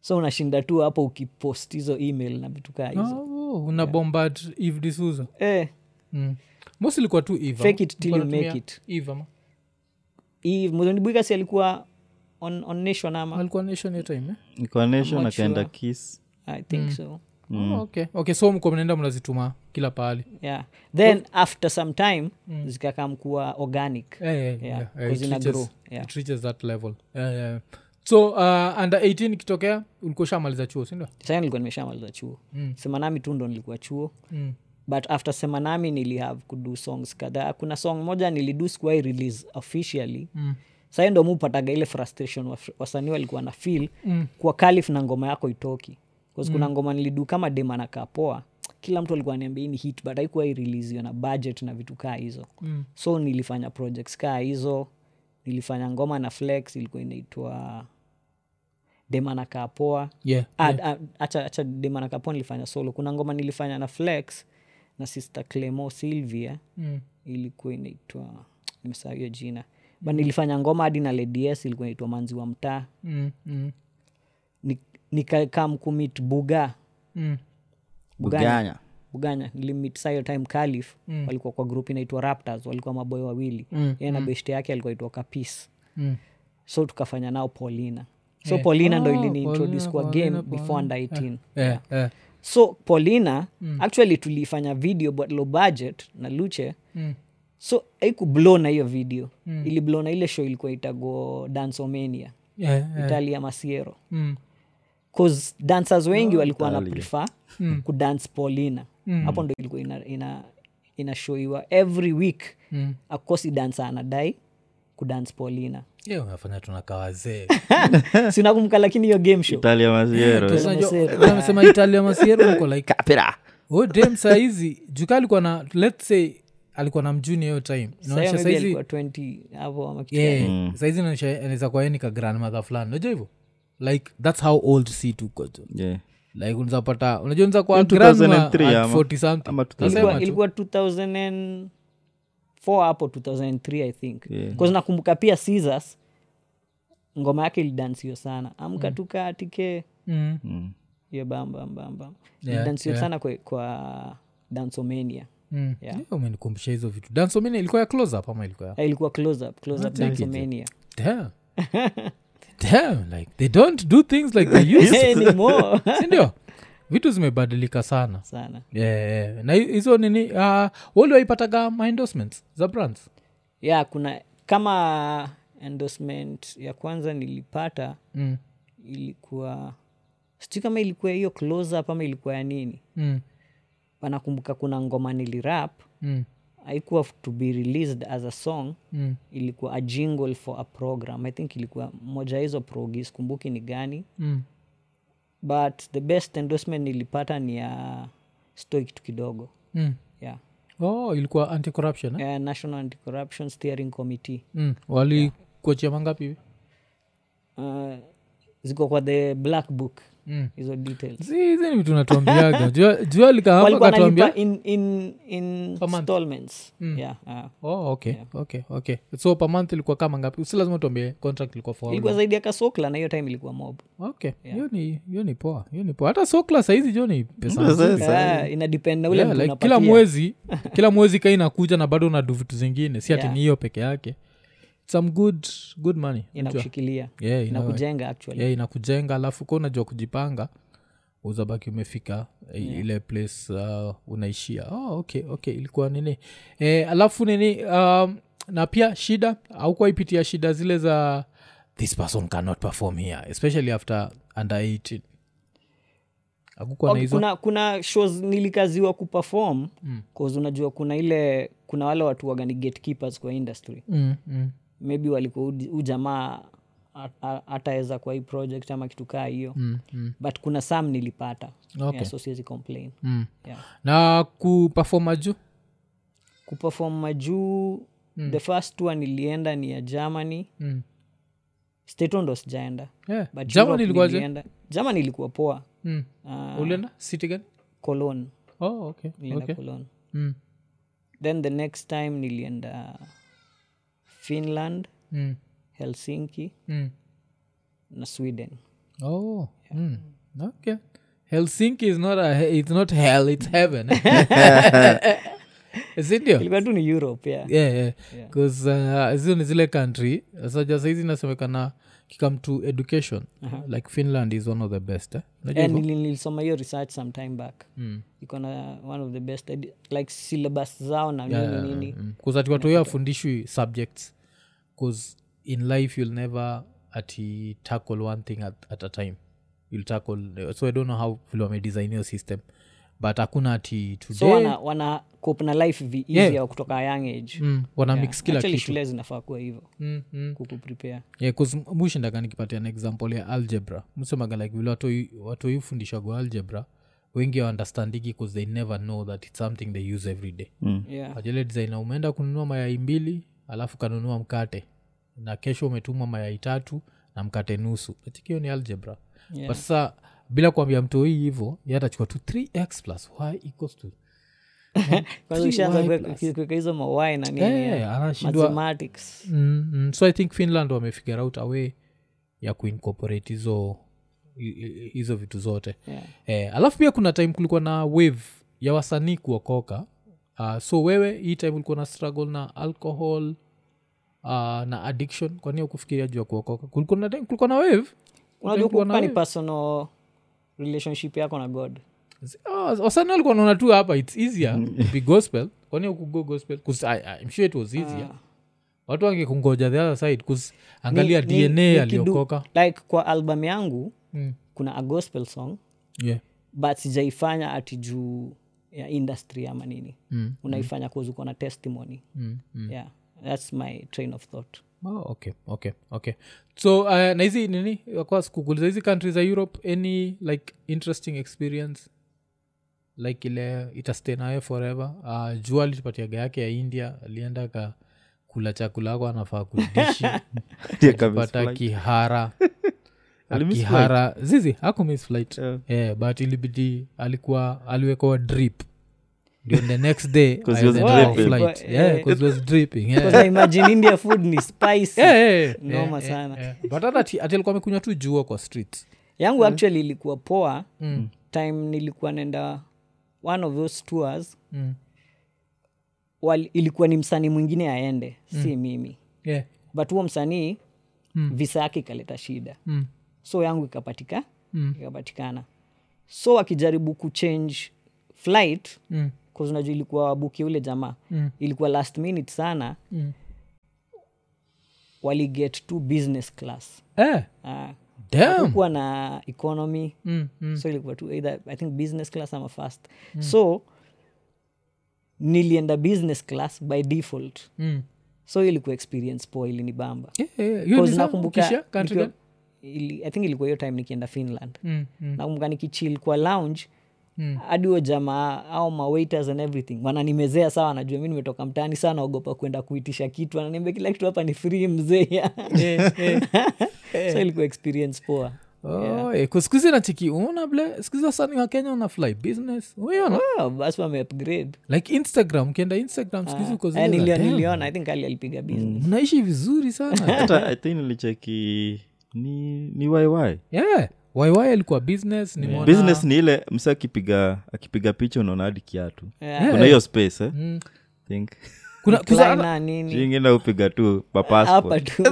Speaker 2: so unashinda tu hapo ukipost hizo email na vitu kaa hizo
Speaker 1: Oh, una bombard eve disuzo
Speaker 2: eh,
Speaker 1: mm. mosi ilikuwa tu Eve, ama?
Speaker 2: Fake it till you
Speaker 1: Ulikuwa
Speaker 2: make
Speaker 1: unatumia
Speaker 2: it.
Speaker 1: Eve, ama?
Speaker 2: hii mzonibuikasi alikuwa on, on nation ama
Speaker 1: alikuwa nation hiyo time eh?
Speaker 3: Incarnation
Speaker 2: I'm not
Speaker 3: akaenda
Speaker 2: sure.
Speaker 3: kiss
Speaker 2: i think so
Speaker 1: Oh, okay. okay so mko mnaenda mnazituma kila pahali
Speaker 2: yeah then
Speaker 1: Oh.
Speaker 2: after some time
Speaker 1: Mm.
Speaker 2: zikakam kuwa organic
Speaker 1: Eh, eh,
Speaker 2: Yeah,
Speaker 1: yeah, eh,
Speaker 2: 'cause
Speaker 1: it
Speaker 2: ina
Speaker 1: reaches-
Speaker 2: grow, yeah.
Speaker 1: it reaches that level Eh, eh. so uh, under 18 ikitokea ulikuwa ushamaliza chuo sindio
Speaker 2: sasa nilikuwa nimeshamaliza chuo
Speaker 1: Mm.
Speaker 2: semanami tu ndo nilikuwa chuo
Speaker 1: mm.
Speaker 2: but after semanami nilihave kudu songs kadhaa kuna song moja nilidu sikuwai release officially
Speaker 1: Mm.
Speaker 2: sahi ndo mupataga ile frustration wa- wasanii walikuwa na feel
Speaker 1: Mm.
Speaker 2: kwa kalif na ngoma yako itoki bcause kuna ngoma nilidu kama dema na kapoa kila mtu alikuwa niambia hii ni hit but haikuwai release na budget na vitu kaa hizo
Speaker 1: Mm.
Speaker 2: so nilifanya projects kaa hizo nilifanya ngoma na flex ilikuwa inaitwa dema na kapoa
Speaker 1: yeah.
Speaker 2: Ad- a- acha acha demana kapo nilifanya solo kuna ngoma nilifanya na flex na sister clemo silvia
Speaker 1: mm.
Speaker 2: ilikuwa inaitwa nimesahau hiyo jina ba nilifanya ngoma hadi na lds ilikuwa inaitwa manzi wa mtaa
Speaker 1: Mm. Mm.
Speaker 2: Ni- nikakam kumit buga
Speaker 1: Mm.
Speaker 3: buganya
Speaker 2: buganya nilimit sayo time calif
Speaker 1: Mm.
Speaker 2: walikuwa kwa grup inaitwa raptors walikuwa maboy wawili
Speaker 1: Mm.
Speaker 2: yeye na beshte yake alikuwa aitwa kapis
Speaker 1: Mm.
Speaker 2: so tukafanya nao paulina so
Speaker 1: Eh.
Speaker 2: paulina ndo
Speaker 1: Ah,
Speaker 2: iliniintroduce
Speaker 1: Paulina,
Speaker 2: kwa
Speaker 1: Paulina,
Speaker 2: game before under 18
Speaker 1: Eh, eh.
Speaker 2: so paulina mm. actually tuliifanya video but low budget na luche
Speaker 1: Mm.
Speaker 2: so haikublow na hiyo video mm. iliblow na ile show ilikuwa itago dansomania
Speaker 1: Yeah, yeah.
Speaker 2: italia masiero
Speaker 1: Mm.
Speaker 2: cause dancers wengi walikuwa na prefer kudance paulina
Speaker 1: Mm.
Speaker 2: hapo ndo ilikuwa ina, ina, inashoiwa every week
Speaker 1: Mm.
Speaker 2: akosi dansa anadai kudance paulina
Speaker 1: [LAUGHS] Yeah, unafanya tunakaa [LAUGHS] wazee
Speaker 2: sinakumka lakini hiyo game show
Speaker 3: italia
Speaker 1: [LAUGHS]
Speaker 3: maziero
Speaker 1: amesema italia masiero niko like oh, dem saizi juka alikuwa na let's say alikuwa na mjuni hiyo time
Speaker 2: Sayo
Speaker 1: inaonyesha
Speaker 2: maybe
Speaker 1: saizi
Speaker 2: alikuwa 20 hapo ama kitu
Speaker 1: yeah,
Speaker 3: Mm.
Speaker 1: saizi inaonyesha anaweza kuwa yeye ni ka grandmother fulani unajua hivyo like thats how old si tuko tu
Speaker 3: Yeah.
Speaker 1: like unaweza pata unajua unaweza kuwa
Speaker 3: In 2003
Speaker 1: grandma at
Speaker 3: ama-
Speaker 1: 40 something
Speaker 3: ama
Speaker 2: ilikuwa,
Speaker 1: Nasema tu.
Speaker 2: ilikuwa 2004 hapo 2003 i think
Speaker 3: Yeah.
Speaker 2: yeah. nakumbuka pia Scissors, ngoma yake ilidansio sana amka mm. tukatike
Speaker 1: Mm.
Speaker 3: Mm.
Speaker 2: hiyo bambambamba
Speaker 1: Yeah,
Speaker 2: ilidansio
Speaker 1: yeah.
Speaker 2: sana kwa, kwa dansomania
Speaker 1: Mm.
Speaker 2: Yeah.
Speaker 1: Yeah, umenikumbusha hizo vitu dansomini ilikuwa ya close up ama ilikuwa ya
Speaker 2: Ah, ilikuwa close up close
Speaker 1: [LAUGHS]
Speaker 2: up dansomania [LAUGHS]
Speaker 1: damn damn like they don't do things like they used to.
Speaker 2: [LAUGHS] Anymore.
Speaker 1: sindio vitu zimebadilika sana
Speaker 2: sana
Speaker 1: yeah, yeah. na hi- hizo nini uh, waliwaipataga maendorsements za brands
Speaker 2: ya kuna kama endorsement ya kwanza nilipata
Speaker 1: mm.
Speaker 2: ilikuwa sijui kama ilikuwa hiyo close up ama ilikuwa ya nini
Speaker 1: Mm.
Speaker 2: wanakumbuka kuna ngoma nilirap
Speaker 1: Mm.
Speaker 2: haikuwa f- to be released as a song
Speaker 1: Mm.
Speaker 2: ilikuwa a jingle for a program i think ilikuwa moja ya hizo progi sikumbuki ni gani
Speaker 1: Mm.
Speaker 2: but the best endorsement nilipata ni ya stoi kitu kidogo
Speaker 1: Mm.
Speaker 2: yeah.
Speaker 1: oh ilikuwa anti corruption eh?
Speaker 2: Eh, national anti-corruption steering committee
Speaker 1: mm. walikuachia mangapi hivi
Speaker 2: uh, ziko kwa the black book
Speaker 1: Mm.
Speaker 2: hizo details
Speaker 1: Si, hizi ni vitu natuambiaga jua, jua likaapa
Speaker 2: walikuwa
Speaker 1: katuambia
Speaker 2: wanalipa in, in, in
Speaker 1: month.
Speaker 2: installments yeah, ah.
Speaker 1: oh, okay, okay, okay. so per month ilikuwa kama ngapi si lazima tuambie contract ilikuwa for how
Speaker 2: ilikuwa zaidi ya kasokla na hiyo time ilikuwa mob
Speaker 1: long? okay hiyo ni hiyo ni poa hiyo ni poa hata sokla saizi jo ni pesa nzuri.
Speaker 2: Ah, ina depend na ule
Speaker 1: Yeah,
Speaker 2: mtu
Speaker 1: like,
Speaker 2: unapatia.
Speaker 1: kila
Speaker 2: [LAUGHS]
Speaker 1: mwezi kila mwezi ka inakuja na bado unadu vitu zingine si ati
Speaker 2: Yeah.
Speaker 1: ni hiyo peke yake some good good money unajua.
Speaker 2: inakushikilia
Speaker 1: yeah, ina-
Speaker 2: inakujenga actually
Speaker 1: yeah, inakujenga alafu ka unajua kujipanga uzabaki umefika eh, ile place uh, unaishia oh, okay okay ilikuwa nini eh, alafu nini um, na pia shida au kuwaipitia shida zile za this person cannot perform here especially after under 18 akukwa na
Speaker 2: Ok,
Speaker 1: hizo
Speaker 2: kuna kuna shows nilikaziwa kuperform mm. unajua kuna ile kuna wale watu waga ni gatekeepers kwa industry
Speaker 1: mm, mm,
Speaker 2: maybe walikuwa hu- hu jamaa a- a- ataweza kwa hii project ama kitu kaa hiyo
Speaker 1: mm, mm,
Speaker 2: but kuna sam nilipata
Speaker 1: Okay.
Speaker 2: yeah, so siwezi complain
Speaker 1: mm.
Speaker 2: yeah.
Speaker 1: na kupafoma juu
Speaker 2: kuperform majuu mm. the first tour nilienda ni ya germany
Speaker 1: mm.
Speaker 2: stato ndo sijaenda
Speaker 1: yeah.
Speaker 2: But
Speaker 1: Germany
Speaker 2: Europe
Speaker 1: ilikuwaje
Speaker 2: nilienda- germany ilikuwa poa
Speaker 1: mm.
Speaker 2: Ah.
Speaker 1: ulienda city gani
Speaker 2: cologne
Speaker 1: oh, okay.
Speaker 2: nilienda
Speaker 1: okay.
Speaker 2: cologne
Speaker 1: mm.
Speaker 2: then the next time nilienda finland
Speaker 1: Mm.
Speaker 2: helsinki
Speaker 1: Mm.
Speaker 2: na sweden
Speaker 1: Oh, mm. okay. Helsinki is not a he- it's not hell, it's heaven. Sindio?
Speaker 2: ilikuwa tu ni europe yeah.
Speaker 1: Yeah, yeah. Cause uh, hizo ni zile country saja saizi inasemekana kikam to education uh-huh. like finland is one of the best eh? Unajua
Speaker 2: Eh,
Speaker 1: hivyo?
Speaker 2: nili- nilisoma hiyo research some time back
Speaker 1: Mm.
Speaker 2: iko na one of the best ed- like syllabus zao na nini nini
Speaker 1: Mm. 'Cause ati watu wao afundishwi subjects bcause in life you'll never ati tackle one thing at, at a time you'll tackle so i don't know how vile wamedesign hiyo system but hakuna ati today
Speaker 2: so wana, wana cope na life vi easier kutoka young age
Speaker 1: mm, wana
Speaker 2: Yeah.
Speaker 1: mix kila
Speaker 2: Actually
Speaker 1: kitu
Speaker 2: shule zinafaa kuwa hivyo
Speaker 1: mm, mm.
Speaker 2: kukuprepare
Speaker 1: yeah, 'cause m- mushindaga nikipatia an example ya algebra msemaga like vile watoi- watoi fundishagwa algebra wengi awaandastandiki bcause they never know that its something they use every day
Speaker 3: Hmm.
Speaker 2: yeah.
Speaker 1: ajele designa umeenda kununua mayai mbili alafu kanunua mkate na kesho umetumwa mayai tatu na mkate nusu achikio ni algebra yeah. but sasa bila kuambia mtu hii hivo yatachukua tu 3x plus y equals
Speaker 2: [LAUGHS]
Speaker 1: to
Speaker 2: kwanza
Speaker 1: Three
Speaker 2: ushaanza
Speaker 1: Y
Speaker 2: kuwe-
Speaker 1: plus.
Speaker 2: kuweka hizo mawai na nini
Speaker 1: yeah, yeah,
Speaker 2: yeah.
Speaker 1: anashindwa
Speaker 2: mathematics
Speaker 1: mm, mm. so i think finland wamefigure out a way ya kuincorporate hizo hi- hi- hizo vitu zote
Speaker 2: Yeah.
Speaker 1: eh, alafu pia kuna time kulikuwa na wave ya wasanii kuokoka uh, so wewe hii time ulikuwa na struggle na alcohol uh, na addiction kwani ukufikiria juu ya kuokoka kulikuwa na time kulikuwa na wave
Speaker 2: unajua
Speaker 1: Kulikuwa na
Speaker 2: kuokoka ni
Speaker 1: wave.
Speaker 2: personal relationship yako na god
Speaker 1: Ah, wasanii walikuwa naona tu hapa its easier
Speaker 2: Mm.
Speaker 1: to be gospel kwani ukugo gospel 'Cause I, I'm sure it was easier
Speaker 2: Ah.
Speaker 1: watu wangekungoja the other side 'cause angalia
Speaker 2: Ni- ni-
Speaker 1: dna
Speaker 2: nikidu-
Speaker 1: aliokoka
Speaker 2: like kwa album yangu
Speaker 1: Mm.
Speaker 2: kuna a gospel song
Speaker 1: yeah.
Speaker 2: but sijaifanya ati juu ya industry ama nini
Speaker 1: Mm.
Speaker 2: unaifanya kuwa uko na testimony
Speaker 1: Mm, mm.
Speaker 2: yeah thats my train of thought
Speaker 1: Oh, okay okay okay so uh, na hizi nini kwa sikukuliza hizi country za europe any like interesting experience like ile itastay nayo forever uh, jua litupatiaga yake ya india alienda ka kula chakula ako anafaa kudishi
Speaker 2: [LAUGHS]
Speaker 1: pata kihara
Speaker 3: Alimiss
Speaker 1: akihara zizi akumiss flight yeah, but ilibidi alikuwa aliwekewa drip ndio the next day
Speaker 3: 'Cause he was
Speaker 1: alienda kwa
Speaker 2: dripping.
Speaker 1: flight. yeah,
Speaker 2: eh.
Speaker 1: 'cause he was
Speaker 2: [LAUGHS]
Speaker 1: dripping yeah.
Speaker 2: Because I imagine india food ni spicy
Speaker 1: Yeah, yeah, yeah.
Speaker 2: Noma
Speaker 1: Yeah, yeah,
Speaker 2: sana.
Speaker 1: yeah. but hata ati ati alikuwa amekunywa tu juo kwa street
Speaker 2: yangu actually ilikuwa poa mm. time nilikuwa naenda one of those tours
Speaker 1: Mm.
Speaker 2: wal, ilikuwa ni msanii mwingine aende
Speaker 1: Mm.
Speaker 2: si mimi
Speaker 1: yeah.
Speaker 2: but huo msanii mm. visa yake ikaleta shida
Speaker 1: mm.
Speaker 2: so yangu ikapatika
Speaker 1: Mm.
Speaker 2: ikapatikana so akijaribu kuchange flight
Speaker 1: Mm.
Speaker 2: cause unajua ilikuwa wabuki ule jamaa
Speaker 1: Mm.
Speaker 2: ilikuwa last minute sana
Speaker 1: Mm.
Speaker 2: waliget to business class
Speaker 1: Eh,
Speaker 2: Ah,
Speaker 1: damn.
Speaker 2: hakukuwa na economy
Speaker 1: Mm, mm.
Speaker 2: so ilikuwa tu either i think business class ama fast so nilienda business class by default
Speaker 1: Mm.
Speaker 2: so hiyo ilikuwa experience poa ilinibamba
Speaker 1: Yeah, yeah. Hiyo ni
Speaker 2: Cause
Speaker 1: sana,
Speaker 2: nakumbuka
Speaker 1: ukishia country
Speaker 2: nikiwa-
Speaker 1: gani?
Speaker 2: ili- i think ilikuwa hiyo time nikienda finland
Speaker 1: Mm, mm.
Speaker 2: nakumbuka nikichil kwa lounge hadi huo jamaa au mawaiters and everything wananimezea sawa anajua mi nimetoka mtaani sana naogopa kwenda kuitisha kitu
Speaker 1: Eh,
Speaker 2: [LAUGHS] ananiambia kila kitu hapa ni free mzee so ilikuwa experience poa
Speaker 1: kusikuzi nachiki uona ble sikuzi wasani wa kenya wanafly business uiona
Speaker 2: Oh, basi wameupgrade
Speaker 1: like instagram ukienda instagram sikuzi uko
Speaker 2: Eh,
Speaker 1: zile
Speaker 2: nilio-
Speaker 1: za- Mm. damn,
Speaker 2: niliona i think ali alipiga business
Speaker 1: mnaishi vizuri
Speaker 2: [LAUGHS]
Speaker 1: sana
Speaker 3: hata i think nilicheki ni ni yy
Speaker 1: yeah waiwai alikuwa business nimeona
Speaker 3: business ni ile msa akipiga akipiga picha unaona hadi kiatu
Speaker 2: Yeah.
Speaker 3: kuna hiyo space eh?
Speaker 1: Mm.
Speaker 3: think
Speaker 1: kuna kuza-
Speaker 2: Kleiner, nini
Speaker 3: ingine upiga tu pa
Speaker 2: hapa
Speaker 3: passport
Speaker 2: tu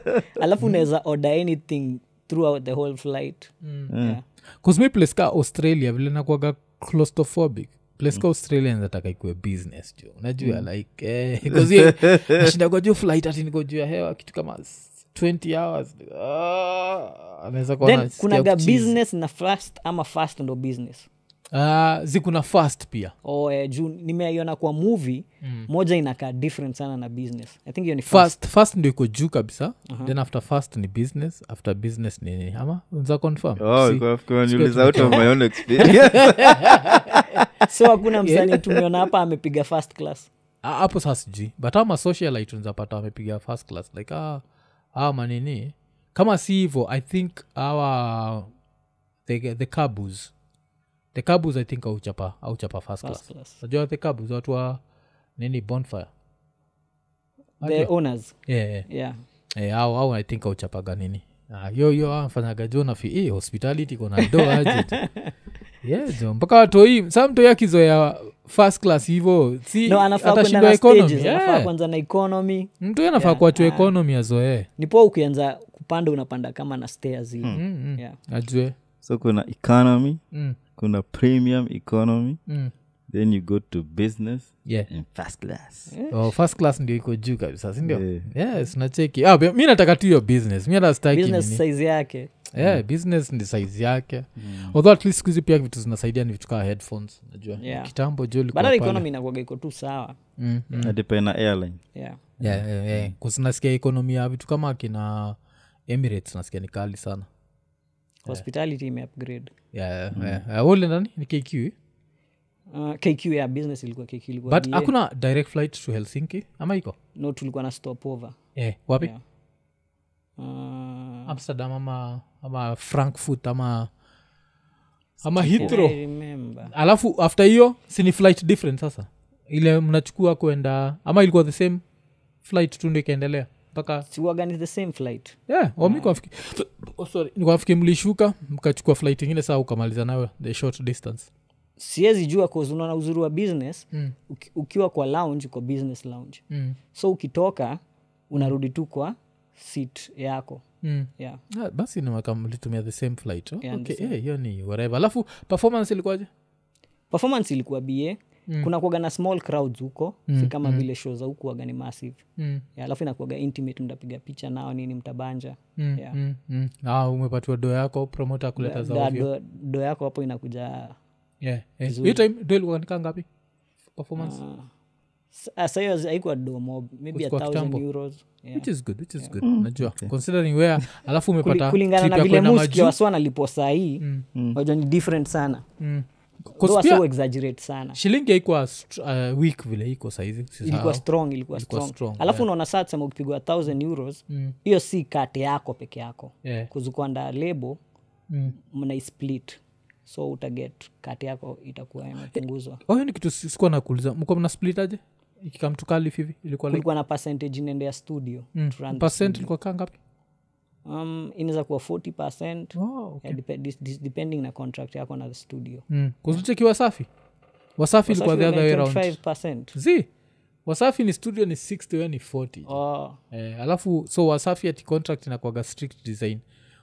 Speaker 1: [LAUGHS]
Speaker 2: alafu
Speaker 1: Mm.
Speaker 2: unaweza order anything throughout the whole flight
Speaker 1: Mm. kusmi place ka australia vile nakuaga claustophobic place
Speaker 3: Mm.
Speaker 1: ka australia nataka ikuwe business jo unajua
Speaker 2: Mm.
Speaker 1: like eh, 'cause
Speaker 3: [LAUGHS]
Speaker 1: ye- nashinda kwa juu flight ati niko juu ya hewa kitu kama s- 20 hours Ah, anaweza kuwa
Speaker 2: then
Speaker 1: anasikia
Speaker 2: kunaga
Speaker 1: kuchizi.
Speaker 2: business na fast ama fast ndo business
Speaker 1: Ah, zikuna fast pia
Speaker 2: oh, eh, juu nimeiona kwa movie
Speaker 1: Mm.
Speaker 2: moja inakaa different sana na business i think hiyo ni fast. Mhm.
Speaker 1: fast fast ndio iko juu kabisa then after fast ni business after business ni nini ama za confirm
Speaker 2: Oh,
Speaker 1: Si-
Speaker 3: Oh, niuliza out of my own experience [LAUGHS]
Speaker 2: so
Speaker 1: [LAUGHS]
Speaker 2: hakuna msanii tumeona hapa amepiga first class
Speaker 1: Ah, hapo saa sijui but ama socialite nzapata wamepiga first class like ah, ah manini kama si hivo i think awa the, the cabus the cabus i think auchapa auchapa first
Speaker 2: First
Speaker 1: class
Speaker 2: class.
Speaker 1: najua the cabus watu wa nini bonfire
Speaker 2: the owners
Speaker 1: yeah, yeah.
Speaker 2: yeah
Speaker 1: Eh, au au i think auchapaga nini Ah, yo yo amfanyaga jo nafi eh, hospitality kona do
Speaker 2: [LAUGHS]
Speaker 1: aje yeah, jo mpaka watoi saa mtoi akizoea first class hivo si
Speaker 2: no anafaa kwenda
Speaker 1: atashindwa
Speaker 2: na
Speaker 1: economy
Speaker 2: stages
Speaker 1: Yeah
Speaker 2: anafaa kwanza na economy
Speaker 1: mtu anafaa yeah. kuachua ekonomi azoee
Speaker 2: ni poa ukianza kupanda unapanda kama na stairs hivi
Speaker 1: Hmm.
Speaker 2: yeah.
Speaker 1: Mm, ajue
Speaker 3: so kuna economy
Speaker 1: Mm.
Speaker 3: kuna premium economy
Speaker 1: Mm.
Speaker 3: then you go to business
Speaker 1: yeah.
Speaker 3: and first class
Speaker 1: oh, first class ndio iko juu kabisa sindio
Speaker 3: Yeah.
Speaker 1: yes nacheki ah, be- mi nataka tu hiyo business mi hata sitaki
Speaker 2: business
Speaker 1: nini.
Speaker 2: size yake
Speaker 1: yeah, business ni size yake
Speaker 2: Mm.
Speaker 1: although at least skuhizi pia vitu zinasaidia ni vitu kaa headphones najua
Speaker 2: Yeah.
Speaker 1: kitambo jo
Speaker 2: but hata economy inakuwaga iko tu sawa
Speaker 1: Mm-hmm.
Speaker 2: Mm.
Speaker 3: adipena airline
Speaker 2: yeah. Mm.
Speaker 1: kusinasikia ekonomi ya vitu kama akina emirates nasikia ni kali sana
Speaker 2: hospitality imeupgrade
Speaker 1: yeah,
Speaker 2: Mm.
Speaker 1: yeah. Uh, wewe ulienda ni? ni KQ, eh?
Speaker 2: uh, kq ya business ilikuwa kq ilikuwa
Speaker 1: but
Speaker 2: DA.
Speaker 1: hakuna direct flight to helsinki ama iko
Speaker 2: no tulikuwa na stopover
Speaker 1: eh, wapi
Speaker 2: Yeah. uh,
Speaker 1: amsterdam ama, ama frankfurt ama ama hitro
Speaker 2: I remember
Speaker 1: alafu after hiyo sini flight different sasa ile mnachukua kwenda ama ilikuwa the same flight tu ndo ikaendelea mpaka
Speaker 2: siwaga ni the same flight
Speaker 1: yeah, wami kwa- oh, sorry. Ni kwa fikiri mlishuka mkachukua flight ingine saa ukamaliza nayo the short distance
Speaker 2: siwezi jua cause unaona uzuri wa business
Speaker 1: Hmm.
Speaker 2: mm. uki, ukiwa kwa lounge uko business lounge
Speaker 1: mm.
Speaker 2: so ukitoka unarudi tu kwa seat yako
Speaker 1: Mm.
Speaker 2: yeah.
Speaker 1: Ah, basi nimaka mlitumia the same flight oh,
Speaker 2: Yeah,
Speaker 1: okay. Eh, hiyo ni whatever alafu performance ilikuwaje
Speaker 2: performance ilikuwa ba
Speaker 1: Hmm.
Speaker 2: mm. kuna kuaga na small crowds huko mm. si kama mm. vile show za huku waga ni massive
Speaker 1: mm.
Speaker 2: yeah, alafu inakuaga intimate mtapiga picha nao nini mtabanja
Speaker 1: Mm.
Speaker 2: Yeah.
Speaker 1: Mm. Mm. Ah, umepatiwa do yako promota akuleta za
Speaker 2: Da-
Speaker 1: ovyo.
Speaker 2: do, do yako hapo inakuja ah,
Speaker 1: Yeah, eh. hiyo time do ilikuwa nikaa ngapi performance
Speaker 2: sa- sahiyo hazi- haikuwa domo maybe a
Speaker 1: Kulikuwa
Speaker 2: thousand
Speaker 1: kitambo.
Speaker 2: euros yeah.
Speaker 1: which is good which is good najua considering where alafu umepata
Speaker 2: Kuli- kulingana
Speaker 1: trip
Speaker 2: na
Speaker 1: ya
Speaker 2: vile
Speaker 1: kwenda
Speaker 2: muski
Speaker 1: majuu Hmm.
Speaker 2: waswa nalipo sahii mm. wajua ni different sana
Speaker 1: Mm. 'Cause
Speaker 2: Though
Speaker 1: pia
Speaker 2: wasa exaggerate sana
Speaker 1: shilingi haikuwa str- uh, weak vile iko saizi
Speaker 2: ilikuwa strong ilikuwa strong,
Speaker 1: strong, Mm.
Speaker 2: alafu unaona saa tusema ukipigwa 1000 euros hiyo si kate yako peke yako
Speaker 1: Yeah.
Speaker 2: kuzukwanda lebo
Speaker 1: Mm.
Speaker 2: mnaisplit so utaget kate yako itakuwa imepunguzwa
Speaker 1: Oh, hiyo ni kitu si- sikuwa nakuuliza mkuwa mna split aje ikikam to Calif hivi ilikuwa like
Speaker 2: kulikuwa na percentage inaenda ya studio
Speaker 1: Mm.
Speaker 2: to run the
Speaker 1: percent ilikuwa kaa ngapi
Speaker 2: um, inaweza kuwa 40
Speaker 1: oh, okay.
Speaker 2: yeah, depe- dis- dis- depending na contract yako na the studio
Speaker 1: mm. kuzucheki wasafi wasafi ilikuwa the other way round
Speaker 2: 25%.
Speaker 1: zi wasafi ni studio ni 60 we ni 40
Speaker 2: Oh,
Speaker 1: eh, alafu so wasafi ati contract inakwaga strict design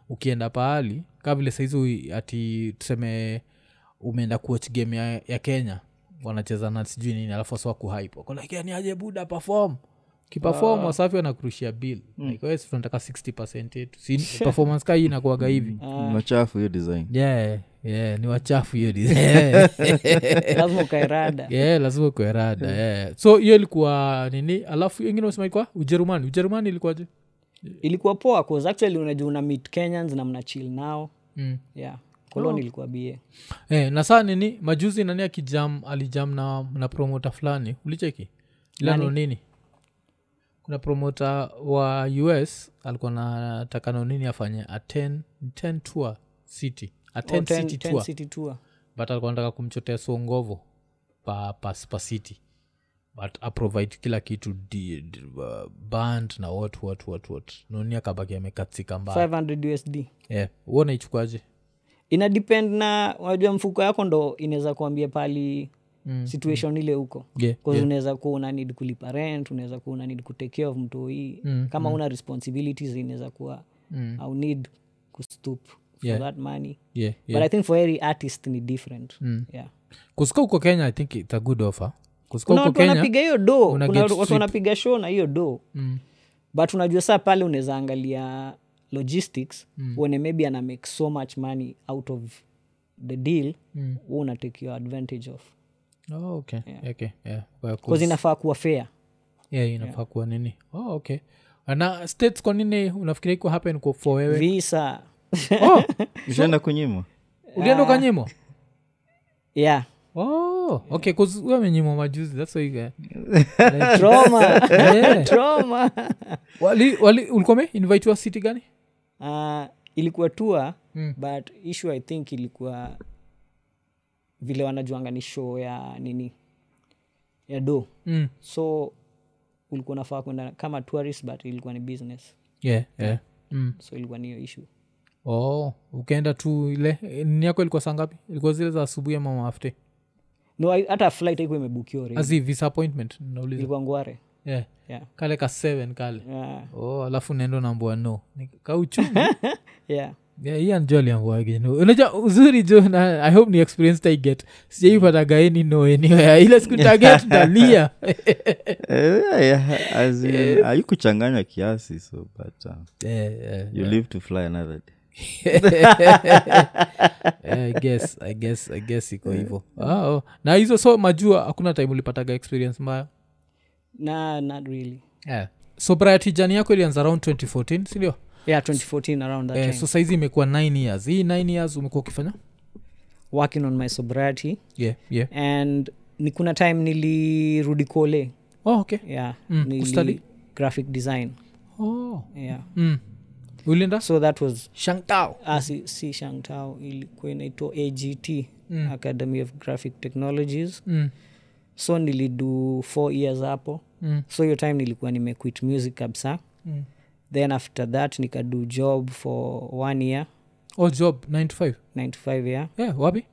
Speaker 1: ukienda pahali kaa vile saizi ati tuseme umeenda kuwatch game ya, ya kenya wanacheza na sijui nini alafu wasa wakuhype wako like, "Yeah, ni aje buda perform kipefom wasafi wanakurushia bill mm. like, "Wewe si tunataka 60 yetu Si [LAUGHS] performance ka hii inakuaga hivi
Speaker 3: Mm. machafu hiyo design
Speaker 1: yeah, yeah, ni wachafu hiyo design. [LAUGHS]
Speaker 2: lazima ukaerada
Speaker 1: yeah, lazima kuerada yeah. so hiyo ilikuwa nini alafu wengine wasema ilikuwa ujerumani ujerumani ilikuwaje
Speaker 2: ilikuwa poa cause actually unajua una meet kenyans na mna chill nao
Speaker 1: mm.
Speaker 2: yeah koloni ilikuwa Oh, ba
Speaker 1: Eh, na saa nini majuzi nani akijam alijam na na promota fulani ulicheki lano nini kuna promota wa us alikuwa nataka nonini afanye a 10 10 tour city a 10
Speaker 2: Oh, Ten-
Speaker 1: city
Speaker 2: ten
Speaker 1: tour
Speaker 2: city tour.
Speaker 1: but alikuwa nataka kumchotea songovo pa, pa, pa city but aprovide kila kitu di, di, uh, band na what what what what noni akabaki Eh, amekatsika mbaya
Speaker 2: 500 usd
Speaker 1: yeah. uonaichukaje
Speaker 2: ina depend na unajua mfuko yako ndo inaweza kuambia pali mm, situation mm. ile huko
Speaker 1: Yeah,
Speaker 2: yeah. unaweza kuwa una need kulipa rent unaweza kuwa una need kutake care of mtoi mm, kama mm. una responsibilities inaweza kuwa mm. au need kustoop for
Speaker 1: Yeah.
Speaker 2: yeah. that money
Speaker 1: yeah, yeah.
Speaker 2: yeah. but i think for every artist ni different mm. yeah.
Speaker 1: kusika huko kenya i think its a good offer kusika
Speaker 2: kuna
Speaker 1: huko
Speaker 2: watu
Speaker 1: kenya
Speaker 2: wanapiga hiyo do
Speaker 1: una
Speaker 2: kuna
Speaker 1: get
Speaker 2: watu
Speaker 1: strip.
Speaker 2: wanapiga show na hiyo do
Speaker 1: Mm.
Speaker 2: but unajua saa pale unaweza angalia logistics mm. uone maybe ana make so much money out of the deal mm. hu unatake your advantage of
Speaker 1: oh, okay. okay. yeah. Well,
Speaker 2: bcause inafaa kuwa fair
Speaker 1: yeah, inafaa kuwa nini oh, okay na states kwa nini unafikiria iko happen kwa for wewe
Speaker 2: visa
Speaker 1: oh,
Speaker 3: ushaenda kunyimwa
Speaker 1: ulienda ukanyimwa
Speaker 2: yeah
Speaker 1: oh, okay 'cause wewe amenyimwa majuzi that's why you,
Speaker 2: [LAUGHS] trauma
Speaker 1: yeah.
Speaker 2: trauma [LAUGHS]
Speaker 1: wali, wali ulikuwa umeinvitiwa city gani
Speaker 2: uh, ilikuwa tua
Speaker 1: Mm.
Speaker 2: mm. but issue i think ilikuwa vile wanajuanga ni show ya nini ya do
Speaker 1: mm.
Speaker 2: so ulikuwa unafaa kwenda kama tourist but ilikuwa ni business
Speaker 1: yeah, yeah. Mm.
Speaker 2: so ilikuwa ni hiyo issue
Speaker 1: oh ukaenda tu ile eh, ni yako ilikuwa saa ngapi ilikuwa zile za asubuhi ama maafte
Speaker 2: no I- hata flight haikuwa imebukiwa
Speaker 1: azi disappointment nauliza
Speaker 2: ilikuwa ngware
Speaker 1: yeah.
Speaker 2: yeah.
Speaker 1: kale ka 7 kale
Speaker 2: Uh,
Speaker 1: oh alafu nendo nambua no kauchu [LAUGHS]
Speaker 2: yeah.
Speaker 1: unaja uzuri jo na i hope ni experience taiget sijaipatagaeni no [LAUGHS] anywhere ile siku taget [LAUGHS] talia
Speaker 3: Eh, yeah, yeah, as in, haikuchanganywa kiasi so but uh, you live to fly another day
Speaker 1: i guess i guess i guess iko hivo Ah, oh. na hizo so majua hakuna time ulipataga experience mbaya
Speaker 2: na not really
Speaker 1: yeah. so priority journey yako ilianza around 2014 sindio
Speaker 2: yeah 2014 around that
Speaker 1: eh,
Speaker 2: time
Speaker 1: so saizi imekuwa 9 years hii 9 years umekuwa ukifanya
Speaker 2: working on my sobriety
Speaker 1: yeah, yeah.
Speaker 2: and ni kuna time nilirudi kole
Speaker 1: oh, okay
Speaker 2: yeah
Speaker 1: Mm,
Speaker 2: nili-
Speaker 1: kustudy?
Speaker 2: graphic design
Speaker 1: oh.
Speaker 2: yeah
Speaker 1: mm. ulienda
Speaker 2: so that was
Speaker 1: shangtao
Speaker 2: ah, si, si shangtao ilikuwa inaitwa agt academy of graphic technologies
Speaker 1: mm.
Speaker 2: so nilidu four years hapo
Speaker 1: Mm.
Speaker 2: so hiyo time nilikuwa nimequit music kabisa
Speaker 1: Mm.
Speaker 2: then after that nikadu job for one year
Speaker 1: oh job 9 to 5
Speaker 2: 9 to 5 year
Speaker 1: yeah, wapi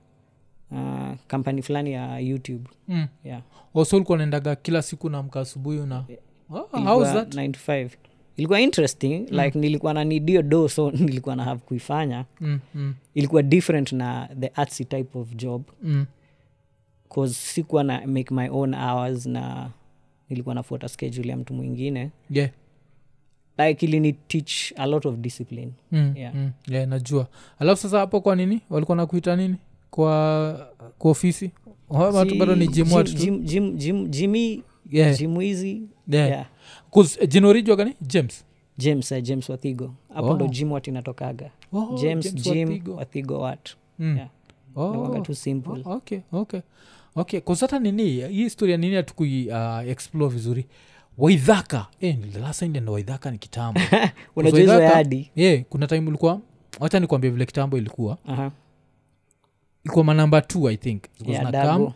Speaker 2: uh, kampani fulani ya youtube
Speaker 1: mm.
Speaker 2: yeah
Speaker 1: also ulikuwa naendaga kila siku namka asubuhi na oh, how's
Speaker 2: Eh, ilikuwa
Speaker 1: that
Speaker 2: 9 to 5 ilikuwa interesting mm. like nilikuwa na nidio do so [LAUGHS] nilikuwa na have kuifanya
Speaker 1: mm, mm,
Speaker 2: ilikuwa different na the artsy type of job
Speaker 1: mm.
Speaker 2: cause sikuwa na make my own hours na nilikuwa nafuata schedule ya mtu mwingine
Speaker 1: yeah
Speaker 2: like ilini teach a lot of discipline
Speaker 1: Mm,
Speaker 2: Yeah.
Speaker 1: mm, yeah, najua alafu sasa hapo kwa nini walikuwa nakuita nini kwa kwa ofisi Hawa watu
Speaker 2: Si-
Speaker 1: bado ni
Speaker 2: jim-
Speaker 1: jimu watu tu.
Speaker 2: jim- jim- jim- jimi
Speaker 1: Yeah,
Speaker 2: jimu hizi
Speaker 1: yeah.
Speaker 2: yeah.
Speaker 1: 'Cause, eh, jina original gani james
Speaker 2: james eh, james wathigo hapo
Speaker 1: Oh.
Speaker 2: ndo jim wat inatokaga
Speaker 1: Oh, James
Speaker 2: james, jim
Speaker 1: Wathigo.
Speaker 2: wathigo, wat
Speaker 1: Mm.
Speaker 2: yeah.
Speaker 1: Oh,
Speaker 2: Inakuanga tu simple
Speaker 1: oh, okay okay okay kusata nini hii historia nini hatukui uh, explore vizuri waidhaka eh, lasainden waidhaka ni kitambo
Speaker 2: unajua hizo
Speaker 1: Waidhaka-
Speaker 2: yadi
Speaker 1: yeah, kuna time ulikuwa wacha nikuambia vile kitambo ilikuwa
Speaker 2: Aha.
Speaker 1: ilikuwa manamba t i think Zilikuwa
Speaker 2: Yeah,
Speaker 1: zina
Speaker 2: Dago.
Speaker 1: come,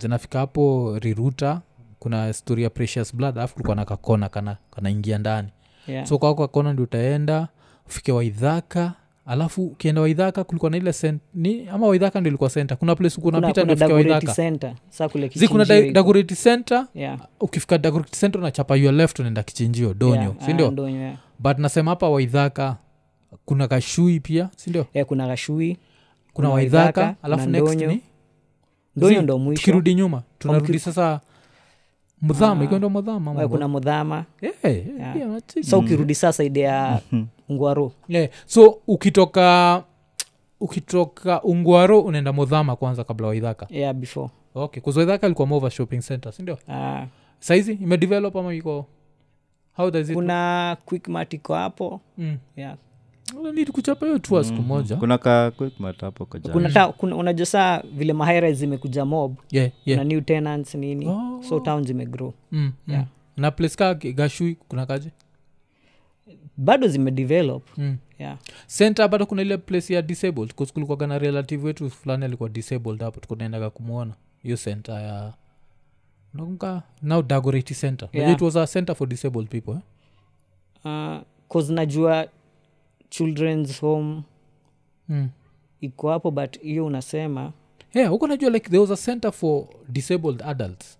Speaker 1: zinafika hapo riruta kuna story ya precious blood alafu kulikuwa na kakona kana kanaingia ndani
Speaker 2: Yeah.
Speaker 1: so kwako kakona ndi utaenda ufike waidhaka alafu ukienda waidhaka kulikuwa na ile cent, ni ama waidhaka ndo ilikuwa center kuna place huku
Speaker 2: Kuna-
Speaker 1: unapita
Speaker 2: kuna
Speaker 1: ndo ufike
Speaker 2: Dagoretti
Speaker 1: waidhaka
Speaker 2: Center, saa kule
Speaker 1: zi kuna
Speaker 2: Kichinjio iko.
Speaker 1: dagority center
Speaker 2: Yeah.
Speaker 1: ukifika dagority center unachapa your left unaenda kichinjio donyo
Speaker 2: Yeah, ah,
Speaker 1: sindio
Speaker 2: Ndonyo, yeah.
Speaker 1: but nasema hapa waidhaka kuna kashui pia sindio
Speaker 2: Eh, kuna kashui
Speaker 1: kuna
Speaker 2: Kuna
Speaker 1: waidhaka
Speaker 2: Waithaka,
Speaker 1: alafu
Speaker 2: kuna
Speaker 1: next
Speaker 2: Ndonyo.
Speaker 1: ni
Speaker 2: ndonyo
Speaker 1: Zi,
Speaker 2: ndo mwisho
Speaker 1: tukirudi nyuma tunarudi sasa mdhama ikiwa ndo mdhama
Speaker 2: Eh, kuna mudhama Yeah. sa
Speaker 1: Mm-hmm.
Speaker 2: ukirudi sasa ide ya ngwaro
Speaker 1: so ukitoka ukitoka ungwaro unaenda modhama kwanza kabla waidhaka
Speaker 2: yeah, before
Speaker 1: okay kuzoidhaka ilikuwa mova shopping center sindio
Speaker 2: Ah,
Speaker 1: saizi imedevelop ama iko how does it
Speaker 2: kuna quickmat iko hapo
Speaker 1: mm.
Speaker 2: yeah.
Speaker 1: Need kuchapa hiyo tua
Speaker 2: Mm-hmm.
Speaker 1: siku moja
Speaker 3: kuna ka quickmat hapo kwa jana
Speaker 2: kuna
Speaker 1: Mm.
Speaker 2: ta, kuna unajua saa vile mahira zimekuja mob
Speaker 1: yeah, yeah.
Speaker 2: na new tenants nini
Speaker 1: Oh.
Speaker 2: so town zimegrow
Speaker 1: Mm, mm.
Speaker 2: Yeah.
Speaker 1: na place ka gashui kuna kaje
Speaker 2: bado zimedevelop
Speaker 1: mm.
Speaker 2: yeah.
Speaker 1: center bado kuna ile place ya disabled kuskulikuaga na relative wetu fulani alikuwa disabled hapo tukunaendaga kumwona hiyo center ya nakumbuka now dagority center Unajua
Speaker 2: Yeah.
Speaker 1: it was a center for disabled people eh?
Speaker 2: uh, cause najua children's home
Speaker 1: mm.
Speaker 2: iko hapo but hiyo unasema
Speaker 1: yeah, huko najua like there was a center for disabled adults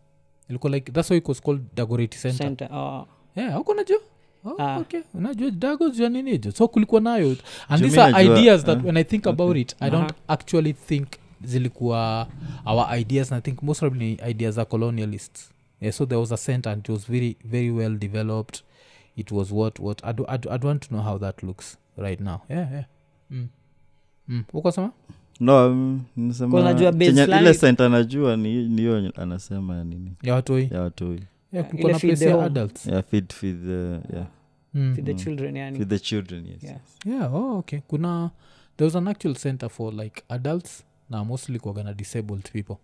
Speaker 1: ilikuwa like that's why it was called dagority center
Speaker 2: center oh,
Speaker 1: yeah, huko najua Oh,
Speaker 2: Ah.
Speaker 1: okay. unajua dago jua nini hizo so kulikuwa nayo and
Speaker 3: Juu
Speaker 1: these
Speaker 3: mi
Speaker 1: are
Speaker 3: najua,
Speaker 1: ideas that
Speaker 3: eh,
Speaker 1: when i think about it i don't
Speaker 2: Aha.
Speaker 1: actually think zilikuwa our ideas and i think most probably ni ideas are colonialists yeah, so there was a center and it was very very well developed it was what what i'd, I'd, I'd want to know how that looks right now yeah, yeah. Mm. Mm. ukasema
Speaker 3: no mm, nimesema-
Speaker 2: Kwa unajua base
Speaker 3: chenye-
Speaker 2: fulani-
Speaker 3: ile senta najua ni ni hiyo anasema ya nini
Speaker 1: ya watoi
Speaker 3: ya watoi
Speaker 1: yeah, kulikuwa
Speaker 2: ile
Speaker 1: na
Speaker 2: feed
Speaker 1: place
Speaker 2: the
Speaker 1: ya
Speaker 2: home.
Speaker 1: adults
Speaker 3: yeah, feed, feed the, yeah,
Speaker 1: Mm.
Speaker 2: feed the children yani
Speaker 3: feed the children yes,
Speaker 2: Yeah.
Speaker 3: yes.
Speaker 1: yeah oh, okay kuna there was an actual center for like adults na mostly kuagana disabled people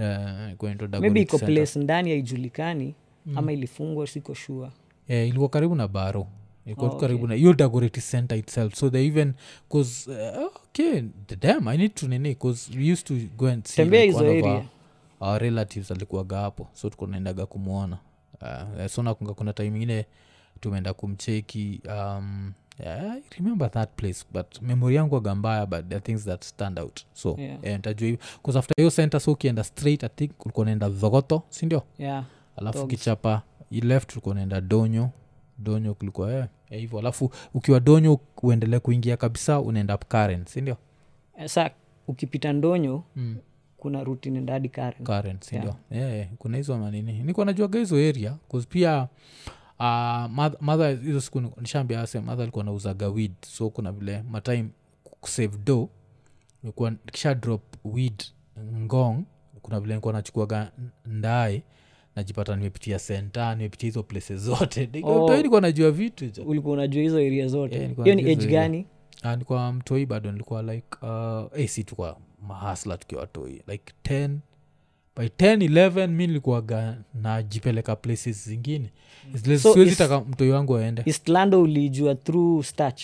Speaker 1: Eh, kwa inaitwa
Speaker 2: Mm. maybe
Speaker 1: Dagoretti
Speaker 2: iko
Speaker 1: Center. Mm.
Speaker 2: place ndani haijulikani ama ilifungwa siko shua
Speaker 1: Eh, ilikuwa karibu na baro ilikuwa
Speaker 2: Oh,
Speaker 1: tu
Speaker 2: okay.
Speaker 1: karibu na hiyo Dagoretti center itself so they even cause uh, okay damn i need to nini cause we used to go and see
Speaker 2: Tembea
Speaker 1: like, one
Speaker 2: hizo
Speaker 1: of our,
Speaker 2: area.
Speaker 1: our relatives alikuwaga hapo so tukunaendaga kumwona uh, so nakunga kuna time ingine tumeenda kumcheki um, yeah, I remember that place but memory yangu aga mbaya but there are things that stand out so
Speaker 2: Yeah.
Speaker 1: eh, ntajua hivi bcause after hiyo center so ukienda straight i think ulikuwa unaenda dhogoto sindio
Speaker 2: yeah
Speaker 1: alafu
Speaker 2: Dogs.
Speaker 1: kichapa i left ulikuwa unaenda donyo donyo kulikuwa eh, eh, hivyo alafu ukiwa donyo uendelee kuingia kabisa unaenda up karen sindio
Speaker 2: Eh, sa ukipita ndonyo
Speaker 1: mm.
Speaker 2: kuna rutini ndadi karen
Speaker 1: current sindio yeah. yeah, Eh, kuna hizo manini nikuwa najuaga hizo area 'cause pia uh, moth- mother hizo siku ni- nishaambia ase mother alikuwa nauzaga weed so kuna vile matime kusave do nikuwa kisha drop weed ngong kuna vile nikuwa nachukuaga ndae najipata nimepitia senta nimepitia hizo place zote [LAUGHS]
Speaker 2: Oh.
Speaker 1: oh. nikuwa najua vitu jo
Speaker 2: ulikuwa unajua hizo area
Speaker 1: Eh,
Speaker 2: zote
Speaker 1: nilikuwa
Speaker 2: hiyo ni
Speaker 1: najua
Speaker 2: age
Speaker 1: hizo
Speaker 2: gani
Speaker 1: Ah, nilikuwa mtoi bado nilikuwa like uh, ac tukwa mahasla tukiwa toi like 10 by 10 11 mi nilikuwaga najipeleka places zingine zile
Speaker 2: Mm. So
Speaker 1: siwezi
Speaker 2: is-
Speaker 1: taka mtoi wangu aende
Speaker 2: istlando ulijua through stach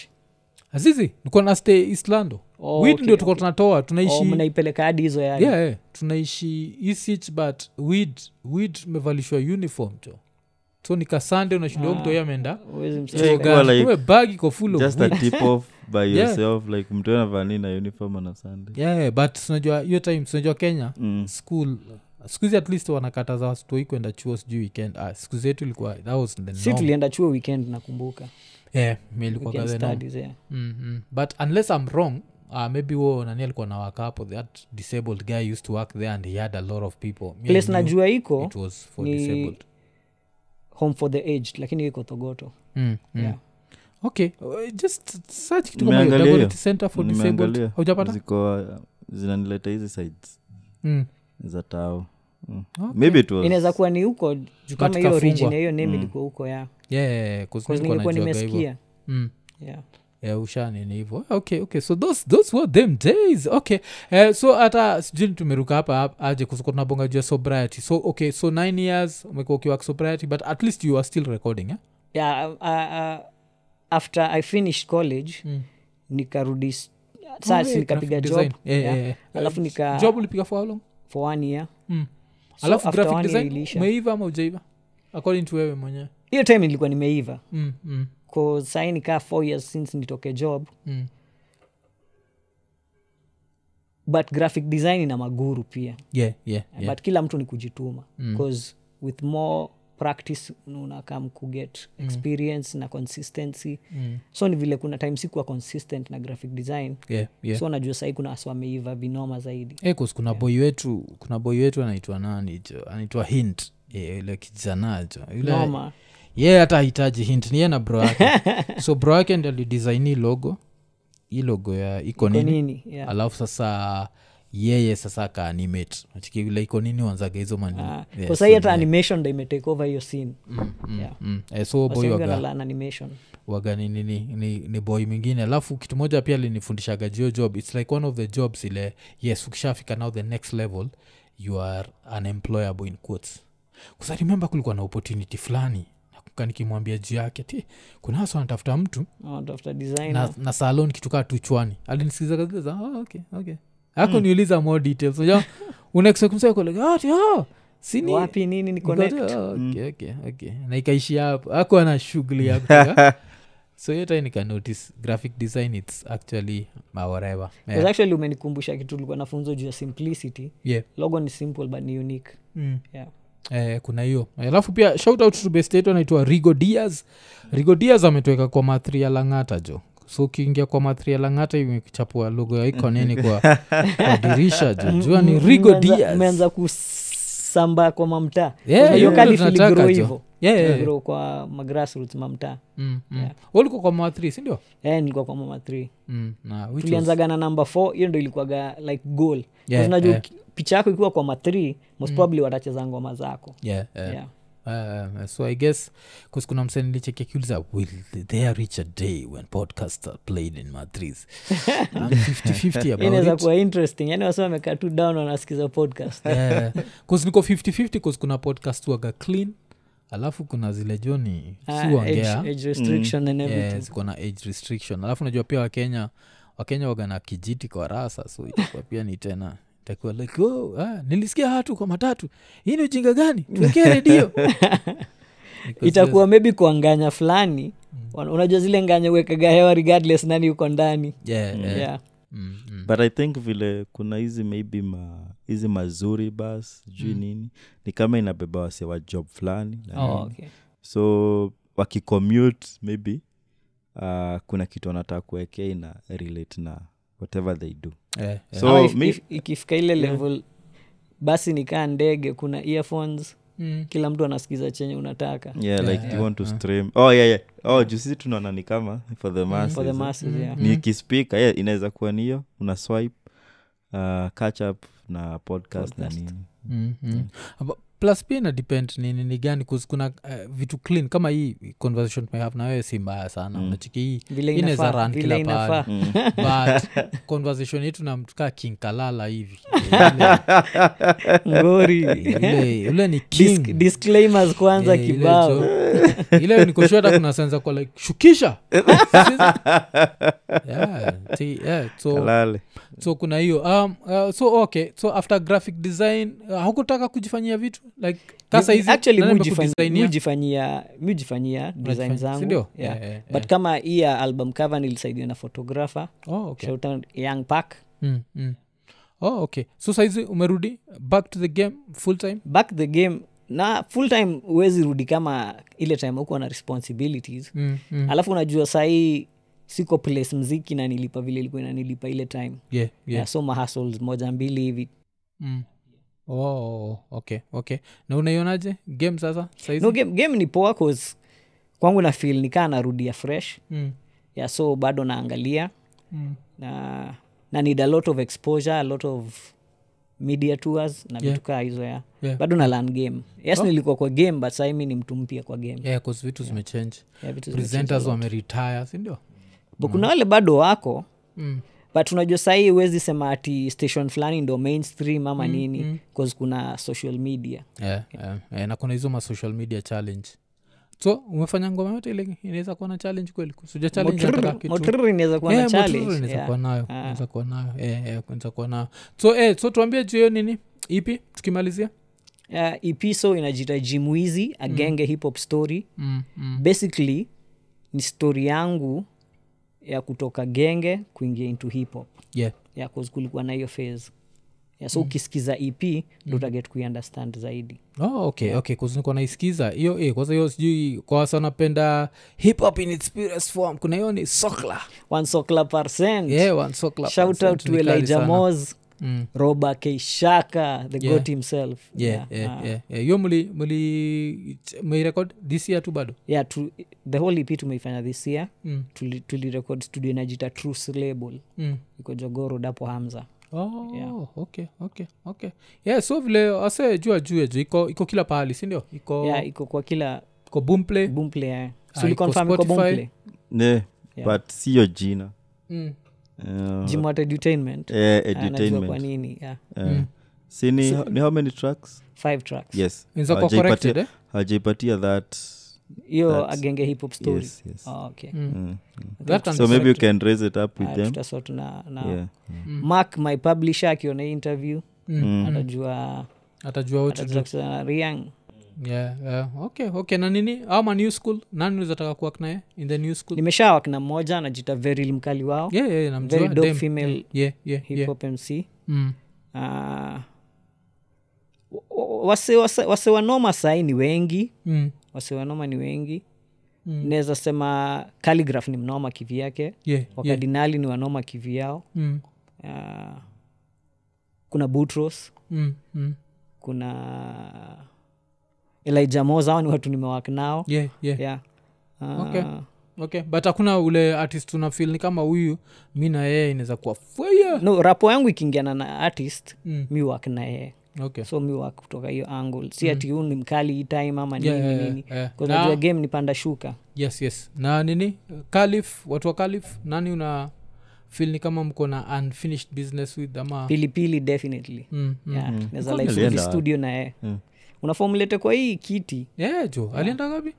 Speaker 1: azizi nilikuwa na stay islando
Speaker 2: Oh,
Speaker 1: wit
Speaker 2: okay,
Speaker 1: ndio tuka
Speaker 2: okay.
Speaker 1: tunatoa
Speaker 2: Oh,
Speaker 1: tunaishi
Speaker 2: mnaipeleka hadi hizo yari
Speaker 1: yeah, yeah, tunaishi isich but wid wid umevalishwa uniform jo so nikasande unashindwa ah. mtoi ameenda
Speaker 2: Huwezi msa-
Speaker 3: Yeah, ilikuwa like-
Speaker 1: bagi kwa full of
Speaker 3: just a [LAUGHS]
Speaker 1: weed.
Speaker 3: tip off by
Speaker 1: Yeah.
Speaker 3: yourself like mtu anavani na uniform ana sunday
Speaker 1: yeah, yeah, but unajua hiyo time unajua kenya
Speaker 3: Mm.
Speaker 1: school skuhizi at least wanakataza wastoi kwenda chuo sijui weekend ah, siku zetu ilikuwa that was the
Speaker 2: si
Speaker 1: norm.
Speaker 2: tulienda chuo weekend nakumbuka
Speaker 1: yeah, mi ilikuwa
Speaker 2: Weekend
Speaker 1: the norm.
Speaker 2: studies, yeah.
Speaker 1: Mm, mm. but unless i'm wrong uh, maybe wo nani alikuwa na work hapo that disabled guy used to work there and he had a lot of people Me, I
Speaker 2: place
Speaker 1: knew
Speaker 2: najua iko
Speaker 1: it was for
Speaker 2: ni-
Speaker 1: disabled
Speaker 2: home for the aged lakini iko togoto
Speaker 1: mm, mm.
Speaker 2: Yeah.
Speaker 1: okay uh, just search kitu kama
Speaker 3: Nimeangalia hiyo.
Speaker 1: Dagoretti center for disabled
Speaker 3: Nimeangalia.
Speaker 1: haujapata
Speaker 3: ziko uh, zinanileta hizi sides
Speaker 1: mm.
Speaker 3: za tao mm.
Speaker 1: Okay.
Speaker 3: maybe it was
Speaker 2: inaweza kuwa ni huko juu kama
Speaker 1: Katika
Speaker 2: hiyo origin
Speaker 1: fungwa.
Speaker 2: ya hiyo name ilikuwa huko ya
Speaker 1: yeah, yeah, yeah, 'cause
Speaker 2: Because
Speaker 1: nilikuwa
Speaker 2: nilikuwa
Speaker 1: najuaga hivyo.
Speaker 2: nimesikia
Speaker 1: mm.
Speaker 2: yeah.
Speaker 1: Eh, ushanini hivo okay okay so those, those were them days okay Eh, so hata sijui tumeruka hapa hap- aje kusuka tunabonga juu ya sobriety so okay so nine years umekuwa ukiwak sobriety but at least you are still recording eh?
Speaker 2: yeah, uh, uh, after i finished college
Speaker 1: Mm.
Speaker 2: nikarudi s- saa
Speaker 1: Oh,
Speaker 2: si
Speaker 1: yeah,
Speaker 2: nikapiga
Speaker 1: graphic
Speaker 2: job
Speaker 1: design. Eh,
Speaker 2: yeah.
Speaker 1: eh, eh.
Speaker 2: alafu nika
Speaker 1: job ulipiga for how long
Speaker 2: for one year
Speaker 1: mm.
Speaker 2: So
Speaker 1: alafu
Speaker 2: after
Speaker 1: graphic
Speaker 2: one year
Speaker 1: design
Speaker 2: iliisha.
Speaker 1: umeiva ama ujaiva according to wewe mwenyewe
Speaker 2: hiyo time nilikuwa nimeiva
Speaker 1: mm, mm,
Speaker 2: cause sahii nikaa four years since nitoke job
Speaker 1: mm.
Speaker 2: but graphic design ina maguru pia
Speaker 1: yeah yeah, yeah. Mm.
Speaker 2: but kila mtu ni kujituma bcause with more practice unakam kuget experience na consistency
Speaker 1: Mm.
Speaker 2: so ni vile kuna time sikuwa consistent na graphic design
Speaker 1: yeah, yeah.
Speaker 2: so najua sahii kuna wasi wameiva vinoma zaidi
Speaker 1: Eh, 'cause kuna boi wetu kuna boi wetu anaitwa nani jo anaitwa hint Eh, yule kijana jo yule
Speaker 2: noma
Speaker 1: ye hata hitaji hint ni ye na bro
Speaker 2: [LAUGHS]
Speaker 1: yake so bro yake ndi alidesign hii logo hii logo ya iko
Speaker 2: Kwa
Speaker 1: nini
Speaker 2: nini yeah.
Speaker 1: alafu sasa yeye sasa akaanimate achikile iko nini wanzaga hizo mani
Speaker 2: Ah,
Speaker 1: Yeah,
Speaker 2: kwa sahii
Speaker 1: so
Speaker 2: hata
Speaker 1: ni-
Speaker 2: animation ndo imetake over hiyo scene
Speaker 1: mm,
Speaker 2: yeah.
Speaker 1: mm. Eh, so boy
Speaker 2: Wasanii
Speaker 1: waga
Speaker 2: wanalan animation
Speaker 1: waga ni, ni, ni, ni, ni boy mwingine alafu kitu moja pia linifundishaga jio job its like one of the jobs ile yes ukishafika now the next level you are unemployable in quotes kusarimemba kulikuwa na opportunity fulani nakumbuka nikimwambia juu yake ti kuna hasa anatafuta mtu
Speaker 2: wanatafuta designer
Speaker 1: na, na salon kitukaa tuchwani alinisikiza kazile za oh, okay, okay. akuniuliza more details unajua "Ah, unaexekumsakolekati sini
Speaker 2: wapi nini ni connect
Speaker 1: Nikapata, "Oh, okay, okay, okay." na ikaishi hapo ako ana shughuli ya kutoka. so hiyo time nikanotice graphic design its actually my whatever
Speaker 2: Because actually umenikumbusha kitu tulikuwa nafunzo juu ya simplicity
Speaker 1: yeah.
Speaker 2: logo ni simple but ni unique
Speaker 1: mm.
Speaker 2: yeah.
Speaker 1: eh, kuna hiyo alafu pia shout out to best yetu anaitwa rigo dias rigo dias ametoweka kwa mathri ya langata jo so ukiingia kwa mathri ya langata imechapua logo ya ikoneni kwa, kwa dirisha jo jua ni rigo
Speaker 2: Mm-hmm. Umeanza-
Speaker 1: dias
Speaker 2: umeanza kusambaa kwa mamtaa
Speaker 1: Yeah,
Speaker 2: hiyo
Speaker 1: yeah,
Speaker 2: kali
Speaker 1: Eh, tunataka Eh.
Speaker 2: tuligrow
Speaker 1: jo.
Speaker 2: hivo
Speaker 1: Yeah, yeah.
Speaker 2: Tuligrow kwa magrassroots mamtaa
Speaker 1: Mm, mm.
Speaker 2: Yeah.
Speaker 1: Wewe ulikuwa kwa mathri sindio
Speaker 2: Eh, nilikuwa kwa mama three
Speaker 1: mm, na which was-
Speaker 2: tulianzaga na number four hiyo ndo ilikuwaga like goal
Speaker 1: Yeah, eh,
Speaker 2: yeah, unajua
Speaker 1: yeah.
Speaker 2: uki- picha yako ikiwa kwa ma three most probably watacheza ngoma zako
Speaker 1: yeah, yeah.
Speaker 2: Yeah.
Speaker 1: Um, so i guess bcause kuna msee nilicheki akiuliza will there reach a day when podcasts are played in
Speaker 2: [LAUGHS]
Speaker 1: madris I'm 50-50
Speaker 2: Hii Yaani inaweza
Speaker 1: about it
Speaker 2: kuwa interesting yani wasema amekaa tu down wanasikiza podcast
Speaker 1: Yeah. 'Cause niko 50-50 'cause kuna podcast waga clean alafu kuna zile joni
Speaker 2: Ah,
Speaker 1: siuongea
Speaker 2: age- age restriction and everything.
Speaker 1: Yeah, ziko na age restriction alafu najua pia wakenya wakenya waga na kijiti kwa rasa so itakuwa pia ni tena itakuwa like oh, ah, nilisikia hatu kwa matatu hii ni ujinga gani tuwekee
Speaker 2: [LAUGHS]
Speaker 1: redio
Speaker 2: itakuwa maybe kwa nganya fulani
Speaker 1: Mm.
Speaker 2: wana- unajua zile nganya uwekaga hewa regardless nani yuko ndani
Speaker 1: yeah, yeah.
Speaker 2: yeah.
Speaker 1: Mm, mm.
Speaker 3: but i think vile kuna hizi maybe ma, hizi mazuri bas juu nini ni kama inabeba wase wa job fulani na
Speaker 2: Mm.
Speaker 1: Mm.
Speaker 2: oh,
Speaker 3: nini.
Speaker 2: okay.
Speaker 3: so wakicommute maybe uh, kuna kitu wanataka kuwekea ina relate na whatever they do
Speaker 1: Yeah, yeah.
Speaker 3: So,
Speaker 2: Ama if-
Speaker 3: mi-
Speaker 2: if- ikifika ile level basi nikaa ndege kuna earphones
Speaker 1: Mm.
Speaker 2: kila mtu anasikiza chenye unataka
Speaker 3: yeah, like
Speaker 1: yeah,
Speaker 3: you want
Speaker 2: Uh-huh.
Speaker 3: to stream oh yeah, yeah. oh juu sisi tunaona ni kama for the masses,
Speaker 2: Mm, for the
Speaker 3: eh.
Speaker 2: masses
Speaker 1: Mm.
Speaker 2: Mm. yeah.
Speaker 3: ni kispika yeah, inaweza kuwa ni hiyo una swipe uh, catch up na podcast, na
Speaker 2: Podcast.
Speaker 3: nini
Speaker 1: Mm, mm. Aba- plus pia ina depend ni nini gani 'cause kuna uh, vitu clean kama hii conversation tunahave na wewe si mbaya sana mm. unachiki hii
Speaker 2: vile
Speaker 1: inaweza
Speaker 2: inafaa
Speaker 1: ran
Speaker 2: vile
Speaker 1: kila
Speaker 2: inafaa
Speaker 1: pahali [LAUGHS] but conversation yetu na mtu kaa king kalala hivi Ile- [LAUGHS]
Speaker 2: ngori [LAUGHS]
Speaker 1: ile- ule ni
Speaker 2: Dis-
Speaker 1: king
Speaker 2: disclaimers kwanza
Speaker 1: Eh, ile
Speaker 2: kibao
Speaker 1: jo- [LAUGHS] ile nikoshua hata kuna senza kwa like shukisha yeah, see, yeah, so
Speaker 3: kalale
Speaker 1: so kuna hiyo um, uh, so okay so after graphic design uh, haukutaka kujifanyia vitu like kasa hizi
Speaker 2: Actually,
Speaker 1: nani
Speaker 2: mi
Speaker 1: amekudisainia?
Speaker 2: hujifanyia- mi hujifanyia- mi hujifanyia design
Speaker 1: Unajifanyia, si
Speaker 2: zangu
Speaker 1: ndio?
Speaker 2: yeah.
Speaker 1: Yeah, yeah,
Speaker 2: but kama hii ya album cover nilisaidiwa na photographer
Speaker 1: oh, okay.
Speaker 2: shout out young park
Speaker 1: Mm, mm. oh okay so saizi umerudi back to the game full time
Speaker 2: back the game na full time huwezi rudi kama ile time hukuwa na responsibilities
Speaker 1: mm, mm.
Speaker 2: alafu unajua sahii siko place mziki na nilipa vile ilikuwa inanilipa ile time
Speaker 1: yeah, yeah.
Speaker 2: yeah. so mahasl moja mbili hivi
Speaker 1: Mm. Oh, oh, oh, okay okay na unaionaje game sasa saizi
Speaker 2: no game, game ni poa cause kwangu na feel nikaa narudia fresh
Speaker 1: mm.
Speaker 2: yeah, so bado naangalia
Speaker 1: Mm.
Speaker 2: na na need a lot of exposure a lot of media tours na vitu
Speaker 1: Yeah.
Speaker 2: kaa hizo ya
Speaker 1: Yeah. Oh.
Speaker 2: bado na learn game yes nilikuwa kwa game but sahii mi ni mtu mpya kwa game
Speaker 1: yeah 'cause vitu zimechange
Speaker 2: Yeah, vitu zimechange a
Speaker 1: presenters
Speaker 2: lot.
Speaker 1: wameretire sindio
Speaker 2: But kuna wale bado wako
Speaker 1: mm.
Speaker 2: but unajua sahii huwezi sema ati station fulani ndo mainstream ama
Speaker 1: Mm-hmm.
Speaker 2: nini bcause kuna social media
Speaker 1: yeah, yeah, yeah. na kuna hizo masocial media challenge so umefanya ngoma yote ile inaweza kuwa na challenge kweli suja challenge hata
Speaker 2: Motriri-
Speaker 1: kitu
Speaker 2: motriri inaweza kuwa na
Speaker 1: Yeah, Motriri
Speaker 2: challenge
Speaker 1: inaweza
Speaker 2: yeah. Ah.
Speaker 1: kuwa nayo inaweza kuwa nayo Eh, eh, inaweza kuwa nayo so eh, so tuambie juu hiyo nini ipi tukimalizia
Speaker 2: Yeah, ep Uh, E so inajita jimwizi
Speaker 1: Mm-hmm.
Speaker 2: agenge hip hop story
Speaker 1: mm, mm.
Speaker 2: basically ni story yangu ya kutoka genge kuingia into hip hop
Speaker 1: yeah
Speaker 2: yeah, 'cause kulikuwa na hiyo phase yeah,
Speaker 1: Mm-hmm.
Speaker 2: so ukisikiza ep ndo utaget kuiunderstand zaidi
Speaker 1: Oh, okay okay kuzinikuwa naisikiza hiyo eh, kwanza hiyo sijui kwa wasa wanapenda hip hop in its purest form kuna hiyo ni sokla
Speaker 2: wansokla percent
Speaker 1: yeah one sokla
Speaker 2: shout out to
Speaker 1: Ni kali
Speaker 2: elijah
Speaker 1: sana.
Speaker 2: mos
Speaker 1: Mm.
Speaker 2: roba keishaka the goat himself Ah.
Speaker 1: yeah, yeah, yeah, yeah, hiyo mli mli mlirekod this year tu bado
Speaker 2: yeah tu, the whole ep tumeifanya this year
Speaker 1: mm.
Speaker 2: Tuli- tulirecord studio inajita true Syllable.
Speaker 1: Mm.
Speaker 2: iko jogoro dapo hamza
Speaker 1: Oh, okay, okay, okay. yeah so vile ase jua jue ju iko, iko kila pahali sindio iko,
Speaker 2: yeah iko kwa kila
Speaker 1: iko boomplay
Speaker 2: boomplay eh.
Speaker 1: Oh. Ah,
Speaker 2: so
Speaker 1: iko
Speaker 2: uliconfirm iko
Speaker 1: Spotify.
Speaker 2: boomplay
Speaker 3: yeah, but siyo jina
Speaker 1: mm.
Speaker 3: uh,
Speaker 2: Mm. jimwat edutainment
Speaker 3: eh,
Speaker 2: anajua Ah, kwa
Speaker 3: edutainment
Speaker 1: Mm.
Speaker 2: nini yeah.
Speaker 3: Eh, si ni, ni how many tracks
Speaker 2: five tracks
Speaker 3: yes
Speaker 1: Inaweza kuwa
Speaker 3: Hawajaipatia-
Speaker 1: corrected, eh?
Speaker 3: hawajaipatia that
Speaker 2: hiyo agenge hip hop story
Speaker 3: yes, yes. Mm.
Speaker 2: Ah, okay
Speaker 1: Mm. That and
Speaker 3: so maybe you can raise it up with
Speaker 2: Ah,
Speaker 3: them
Speaker 2: tutasort na, na
Speaker 3: yeah.
Speaker 1: Mm.
Speaker 2: mark my publisher akiona hii interview
Speaker 3: Mm.
Speaker 1: Mm.
Speaker 2: atajua
Speaker 1: hmm. atajua wote
Speaker 2: atajua kusema, riang
Speaker 1: yeah, yeah. okay okay na nini ama new school nani ulizataka kuwak naye in the new school
Speaker 2: nimesha wakna mmoja anajita veril mkali wao
Speaker 1: yeah, yeah, yeah, namjua,
Speaker 2: Very dope
Speaker 1: dem.
Speaker 2: female
Speaker 1: yeah, yeah,
Speaker 2: hip
Speaker 1: yeah.
Speaker 2: hop mc
Speaker 1: Mm.
Speaker 2: Ah, wa- wa- wase- wase- wase wanoma sai ni wengi
Speaker 1: Mm.
Speaker 2: wase wanoma ni wengi
Speaker 1: Hmm.
Speaker 2: mm. naweza sema calligraph ni mnoma kivi yake
Speaker 1: Yeah, yeah.
Speaker 2: wakadinali ni wanoma kivi yao
Speaker 1: Mm.
Speaker 2: Ah, kuna butros
Speaker 1: Mm. Mm.
Speaker 2: kuna elija moza hao ni watu nimewak nao
Speaker 1: Yeah, yeah.
Speaker 2: yeah. Ah,
Speaker 1: Okay. okay but hakuna ule artist unafil ni kama huyu mi na yeye inaweza kuwa faya
Speaker 2: no rapo yangu ikiingiana na artist
Speaker 1: Mm.
Speaker 2: mi wak na yeye
Speaker 1: okay
Speaker 2: so mi wak kutoka hiyo angle si ati huu ni mkali hii time ama nini
Speaker 1: Mm. Yeah, yeah, yeah,
Speaker 2: nini
Speaker 1: yeah.
Speaker 2: 'Cause
Speaker 1: Na-
Speaker 2: najua game ni panda shuka
Speaker 1: yes yes na nini kalif watu wa kalif nani una fil ni kama mko na unfinished business with ama
Speaker 2: pilipili definitely
Speaker 1: mm. Ah. mm.
Speaker 2: Yeah, naweza
Speaker 3: Mkali
Speaker 2: like
Speaker 3: alienda
Speaker 2: full
Speaker 3: wapi? Mm.
Speaker 2: studio na yeye unafaa umlete kwa hii kiti
Speaker 1: yeah, jo alienda gapi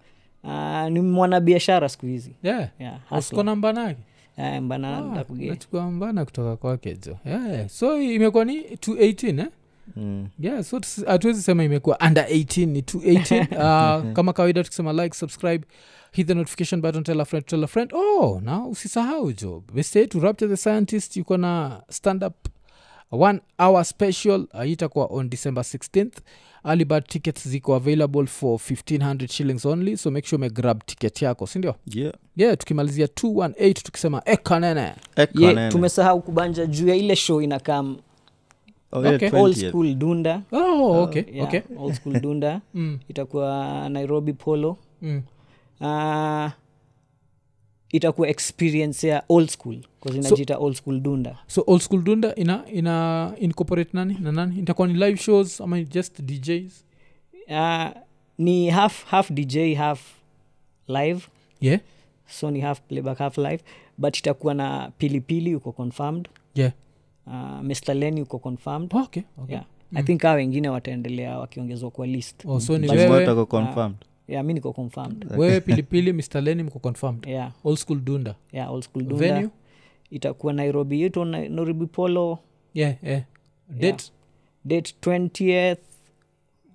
Speaker 2: Ah, ni mwanabiashara siku hizi
Speaker 1: yeah.
Speaker 2: yeah, hustler.
Speaker 1: wasiko na mbanake
Speaker 2: Ah, mbana ndakuge-
Speaker 1: nachukua mbana kutoka kwake jo yeah. so imekuwa ni 218 eh?
Speaker 3: Mm.
Speaker 1: yeah so tus- hatuwezi sema imekuwa under 18 ni 218 uh, kama kawaida tukisema like subscribe hit the notification button tell a friend tell a friend oh na usisahau jo best yetu rapture the scientist yuko na stand up one hour special uh, itakuwa on december 16th alibad tickets ziko available for 1500 shillings only so make sure umegrab ticket yako sindio
Speaker 3: yeah.
Speaker 1: yeah tukimalizia 218 tukisema ekanene
Speaker 3: Eko
Speaker 2: Ye,
Speaker 3: nene.
Speaker 2: tumesahau kubanja juu ya ile show inakam
Speaker 3: Oh, yeah,
Speaker 1: Okay.
Speaker 3: 20th.
Speaker 2: old school dunda
Speaker 1: oh, okay
Speaker 2: yeah,
Speaker 1: okay
Speaker 2: old
Speaker 1: [LAUGHS]
Speaker 2: school dunda
Speaker 1: Mm.
Speaker 2: itakuwa nairobi polo
Speaker 1: mm.
Speaker 2: Ah, itakuwa experience ya old school 'cause inajiita old school dunda
Speaker 1: so old school dunda ina ina incorporate nani na nani itakuwa ni live shows ama ni just djs
Speaker 2: Ah, ni half, half dj half live
Speaker 1: yeah
Speaker 2: so ni half playback half live but itakuwa na pilipili uko confirmed
Speaker 1: yeah
Speaker 2: uh, mr len uko confirmed
Speaker 1: oh, okay, okay.
Speaker 2: yeah. i think kaa wengine wataendelea wakiongezwa kwa list
Speaker 1: Oh, so ni
Speaker 3: Jimbo
Speaker 1: wewe
Speaker 2: Ah.
Speaker 3: atako confirmed
Speaker 2: yeah, mi niko confirmed
Speaker 1: [LAUGHS] wewe pilipili mr leni mko confirmed
Speaker 2: yeah,
Speaker 1: old school dunda
Speaker 2: yeah, old school dunda
Speaker 1: venue
Speaker 2: itakuwa nairobi yetu na- nairobi polo
Speaker 1: yeah yeah date
Speaker 2: date 20th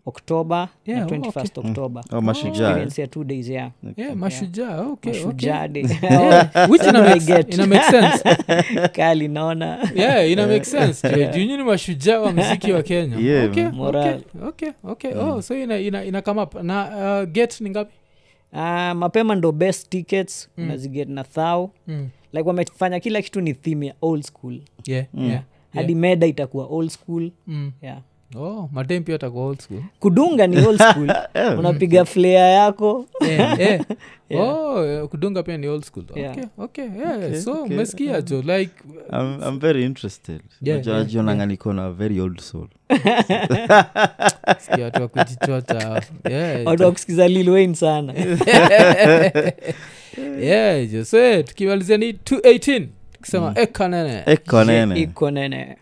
Speaker 2: october
Speaker 1: Yeah,
Speaker 2: na
Speaker 1: oh,
Speaker 2: 21st october
Speaker 3: oh, mashujaa eh?
Speaker 2: experience ya two days yeah
Speaker 1: yeah mashujaa okay okay [LAUGHS]
Speaker 2: mashujaa day
Speaker 1: yeah, which ina
Speaker 2: I
Speaker 1: make,
Speaker 2: get.
Speaker 1: ina make sense
Speaker 2: kali naona
Speaker 1: yeah ina make sense yeah. junyi ni mashujaa wa mziki wa kenya
Speaker 3: Yeah,
Speaker 1: okay,
Speaker 3: man.
Speaker 1: okay,
Speaker 2: Moral.
Speaker 1: okay, okay. Oh, so ina, ina, ina come up na uh, get ni ngapi
Speaker 2: Ah, mapema ndo best tickets unaziget na thao
Speaker 1: mm.
Speaker 2: like wamefanya kila kitu ni theme ya old school
Speaker 1: yeah, yeah.
Speaker 2: hadi meda itakuwa old school
Speaker 1: Mm.
Speaker 2: yeah.
Speaker 1: oh madem pia atakuwa old [LAUGHS] school
Speaker 2: kudunga ni old school unapiga flare yako [LAUGHS]
Speaker 1: Eh, eh. Oh, eh, kudunga pia ni old school
Speaker 2: Yeah.
Speaker 1: okay, okay, yeah. so umesikia jo like
Speaker 3: I'm, I'm very interested
Speaker 1: Yeah,
Speaker 3: Unajua-
Speaker 1: yeah,
Speaker 3: najionanga niko na very old
Speaker 2: [LAUGHS]
Speaker 3: soul [LAUGHS]
Speaker 1: sikia watu [LAUGHS] wakujichota yeah,
Speaker 2: watu wakusikiza lil wayne sana
Speaker 1: yeah, jo so eh, tukimalizia ni 218 tukisema ekanene
Speaker 3: eko nene
Speaker 2: iko nene